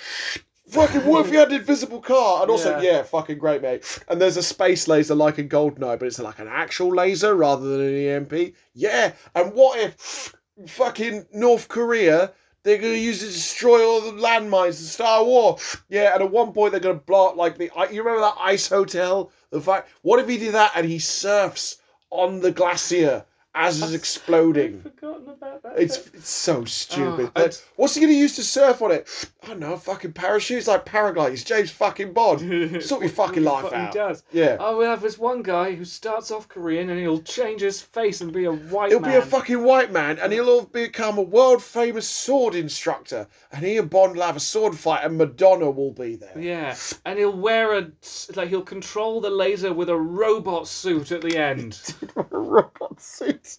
[SPEAKER 2] fucking. What if you had an invisible car? And also,
[SPEAKER 3] Yeah.
[SPEAKER 2] yeah. fucking great, mate. And there's a space laser like in Goldeneye, but it's like an actual laser rather than an EMP. Yeah. And what if fucking North Korea? They're gonna use it to destroy all the landmines in Star War. Yeah, and at one point they're gonna blow up like the. You remember that ice hotel? The fact. What if he did that and he surfs on the glacier as
[SPEAKER 3] (laughs)
[SPEAKER 2] it's exploding?
[SPEAKER 3] I'd forgotten about that. (laughs)
[SPEAKER 2] It's, it's so stupid.
[SPEAKER 3] Oh, I-
[SPEAKER 2] Like, what's he going to use to surf on it? I don't know, fucking parachutes like paraglides. James fucking Bond.
[SPEAKER 3] it's
[SPEAKER 2] Sort your fucking life out.
[SPEAKER 3] He does.
[SPEAKER 2] Yeah.
[SPEAKER 3] Oh, we have this one guy who starts off Korean and he'll change his face and be a white
[SPEAKER 2] He'll
[SPEAKER 3] man.
[SPEAKER 2] be a fucking white man and he'll all become a world famous sword instructor. And he and Bond will have a sword fight and Madonna will be there.
[SPEAKER 3] Yeah, and he'll wear a like he'll control the laser with a robot suit at the end.
[SPEAKER 2] (laughs) Robot suit.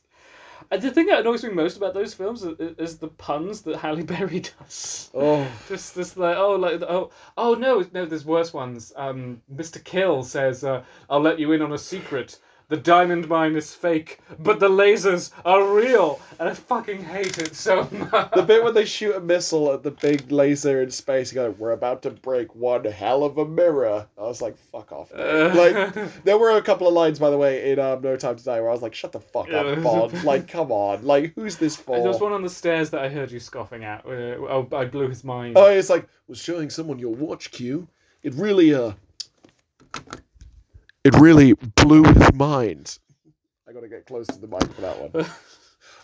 [SPEAKER 3] And the thing that annoys me most about those films is, is the puns that Halle Berry (laughs) does.
[SPEAKER 2] Oh.
[SPEAKER 3] Just this like oh like oh oh no no there's worse ones. Um, Mr. Kill says uh, I'll let you in on a secret. The diamond mine is fake, but the lasers are real, and I fucking hate it so (laughs) much.
[SPEAKER 2] The bit when they shoot a missile at the big laser in space, you go, We're about to break one hell of a mirror. I was like, Fuck off. mate." like,
[SPEAKER 3] (laughs)
[SPEAKER 2] There were a couple of lines, by the way, in um, No Time to Die where I was like, shut the fuck
[SPEAKER 3] Yeah.
[SPEAKER 2] up, Bond. like, come on. Like, who's this for?
[SPEAKER 3] there was one on the stairs that I heard you scoffing at. Uh, oh, I blew his mind.
[SPEAKER 2] Oh, it's like, was showing someone your watch cue. It really, uh. It really blew his mind. I gotta get close to the mic for that (laughs) one.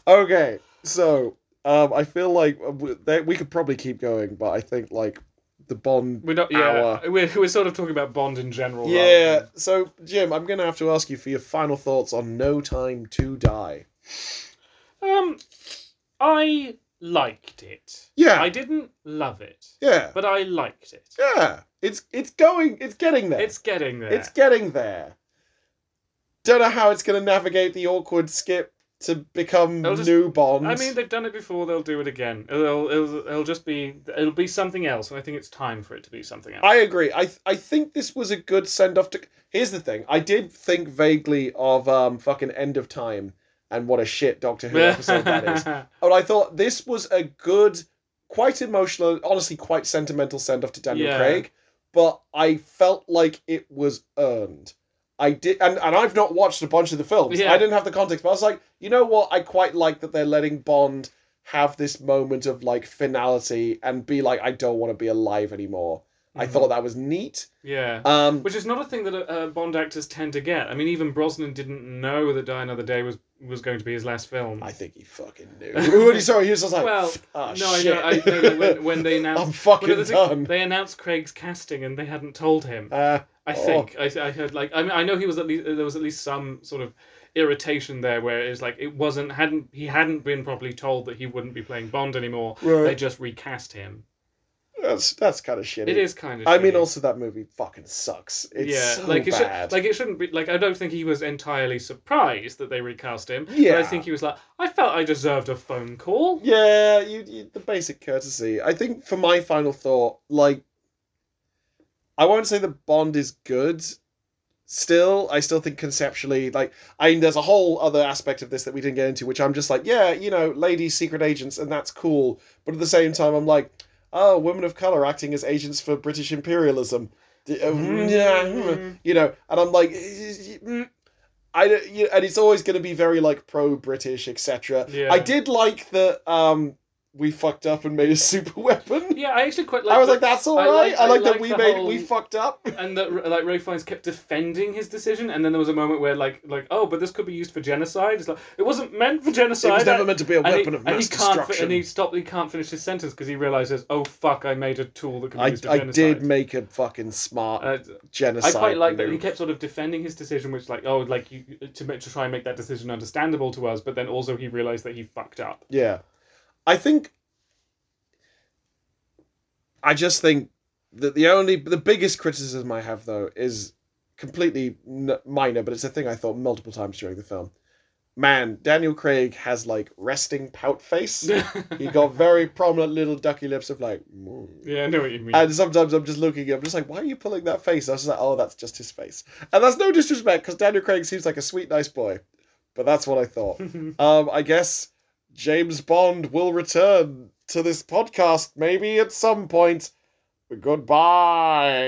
[SPEAKER 2] okay, so, um, I feel like uh, w- that we could probably keep going, but I think, like, the Bond
[SPEAKER 3] we're not. Yeah, we're, we're sort of talking about Bond in general. rather
[SPEAKER 2] Yeah.
[SPEAKER 3] than-
[SPEAKER 2] So, Jim, I'm going to have to ask you for your final thoughts on No Time to Die.
[SPEAKER 3] Um, I liked it.
[SPEAKER 2] Yeah.
[SPEAKER 3] I didn't love it,
[SPEAKER 2] yeah.
[SPEAKER 3] but I liked it.
[SPEAKER 2] Yeah. It's it's going. It's getting there.
[SPEAKER 3] It's getting there.
[SPEAKER 2] It's getting there. Don't know how it's going to navigate the awkward skip to become
[SPEAKER 3] They'll just-
[SPEAKER 2] new Bond.
[SPEAKER 3] I mean, they've done it before. They'll do it again. It'll, it'll, it'll just be it'll be something else, and I think it's time for it to be something else.
[SPEAKER 2] I agree. I th- I think this was a good send off to. Here's the thing. I did think vaguely of um fucking End of Time and what a shit Doctor
[SPEAKER 3] (laughs)
[SPEAKER 2] Who episode that is. And I thought this was a good, quite emotional, honestly quite sentimental send off to Daniel
[SPEAKER 3] Yeah.
[SPEAKER 2] Craig, but I felt like it was earned. I did, and, and I've not watched a bunch of the films.
[SPEAKER 3] Yeah.
[SPEAKER 2] I didn't have the context, but I was like, you know what? I quite like that they're letting Bond have this moment of like finality and be like, I don't want to be alive anymore. I
[SPEAKER 3] Mhm.
[SPEAKER 2] thought that was neat.
[SPEAKER 3] Yeah.
[SPEAKER 2] Um,
[SPEAKER 3] Which is not a thing that uh, Bond actors tend to get. I mean, even Brosnan didn't know that Die Another Day was, was going to be his last film.
[SPEAKER 2] I think he fucking knew. (laughs) When he saw it, he was just like,
[SPEAKER 3] Well,
[SPEAKER 2] "Ah,
[SPEAKER 3] no, I
[SPEAKER 2] shit.
[SPEAKER 3] know, I know that when, when
[SPEAKER 2] (laughs)
[SPEAKER 3] they
[SPEAKER 2] I'm
[SPEAKER 3] announced.
[SPEAKER 2] fucking
[SPEAKER 3] but the thing-
[SPEAKER 2] done.
[SPEAKER 3] they announced Craig's casting and they hadn't told him.
[SPEAKER 2] Uh,
[SPEAKER 3] I
[SPEAKER 2] Oh.
[SPEAKER 3] think I, I heard like I mean I know he was at least there was at least some sort of irritation there where it's like it wasn't hadn't he hadn't been properly told that he wouldn't be playing Bond anymore.
[SPEAKER 2] Uh, Right.
[SPEAKER 3] They just recast him.
[SPEAKER 2] that's that's kind of shitty.
[SPEAKER 3] It is kind of.
[SPEAKER 2] I mean,
[SPEAKER 3] shitty.
[SPEAKER 2] also that movie fucking sucks. It's so
[SPEAKER 3] like it
[SPEAKER 2] bad.
[SPEAKER 3] should, like it shouldn't be like I don't think he was entirely surprised that they recast him. but
[SPEAKER 2] Yeah.
[SPEAKER 3] I think he was like I felt I deserved a phone call.
[SPEAKER 2] yeah, you, you the basic courtesy. I think for my final thought, like, I won't say the Bond is good. Still, I still think conceptually, like, I mean, there's a whole other aspect of this that we didn't get into, which I'm just like, yeah, you know, ladies, secret agents, and that's cool. But at the same time, I'm like, oh, women of color acting as agents for British imperialism. D- uh, mm, yeah, mm. you know and i'm like mm, i don't- you and it's always going to be very like pro british etc
[SPEAKER 3] Yeah.
[SPEAKER 2] i did like that um we fucked up and made a (laughs) super weapon
[SPEAKER 3] Yeah, I actually quite like.
[SPEAKER 2] i was
[SPEAKER 3] that-
[SPEAKER 2] like that's all
[SPEAKER 3] I
[SPEAKER 2] right i like,
[SPEAKER 3] liked- I
[SPEAKER 2] that
[SPEAKER 3] liked
[SPEAKER 2] we
[SPEAKER 3] the
[SPEAKER 2] made
[SPEAKER 3] whole-
[SPEAKER 2] we fucked up
[SPEAKER 3] and that like Ray Fiennes kept defending his decision, and then there was a moment where like like oh, but this could be used for genocide. It's like it wasn't meant for genocide.
[SPEAKER 2] it was never
[SPEAKER 3] I-
[SPEAKER 2] meant to be a
[SPEAKER 3] and he-
[SPEAKER 2] weapon of
[SPEAKER 3] and he
[SPEAKER 2] mass
[SPEAKER 3] can't fi-
[SPEAKER 2] destruction
[SPEAKER 3] and he stopped. He can't finish his sentence because he realizes, oh fuck, I made a tool that can be
[SPEAKER 2] I,
[SPEAKER 3] used for
[SPEAKER 2] I
[SPEAKER 3] genocide.
[SPEAKER 2] did make a fucking smart
[SPEAKER 3] Uh, I
[SPEAKER 2] genocide
[SPEAKER 3] quite like that he
[SPEAKER 2] move.
[SPEAKER 3] kept sort of defending his decision, which like oh like you, to make, to try and make that decision understandable to us, but then also he realized that he
[SPEAKER 2] (laughs)
[SPEAKER 3] fucked up. (laughs)
[SPEAKER 2] Yeah. I think I just think that the only the biggest criticism I have though is completely n- minor, but it's a thing I thought multiple times during the film. Man, Daniel Craig has like resting pout face.
[SPEAKER 3] (laughs)
[SPEAKER 2] he got very prominent little ducky lips of like "Mm."
[SPEAKER 3] yeah, I know what you mean.
[SPEAKER 2] And sometimes I'm just looking at him, just like, why are you pulling that face? I was just like, oh, that's just his face. And that's no disrespect, because Daniel Craig seems like a sweet, nice boy. But that's what I thought.
[SPEAKER 3] (laughs)
[SPEAKER 2] Um, I guess James Bond will return to this podcast maybe at some point. Goodbye.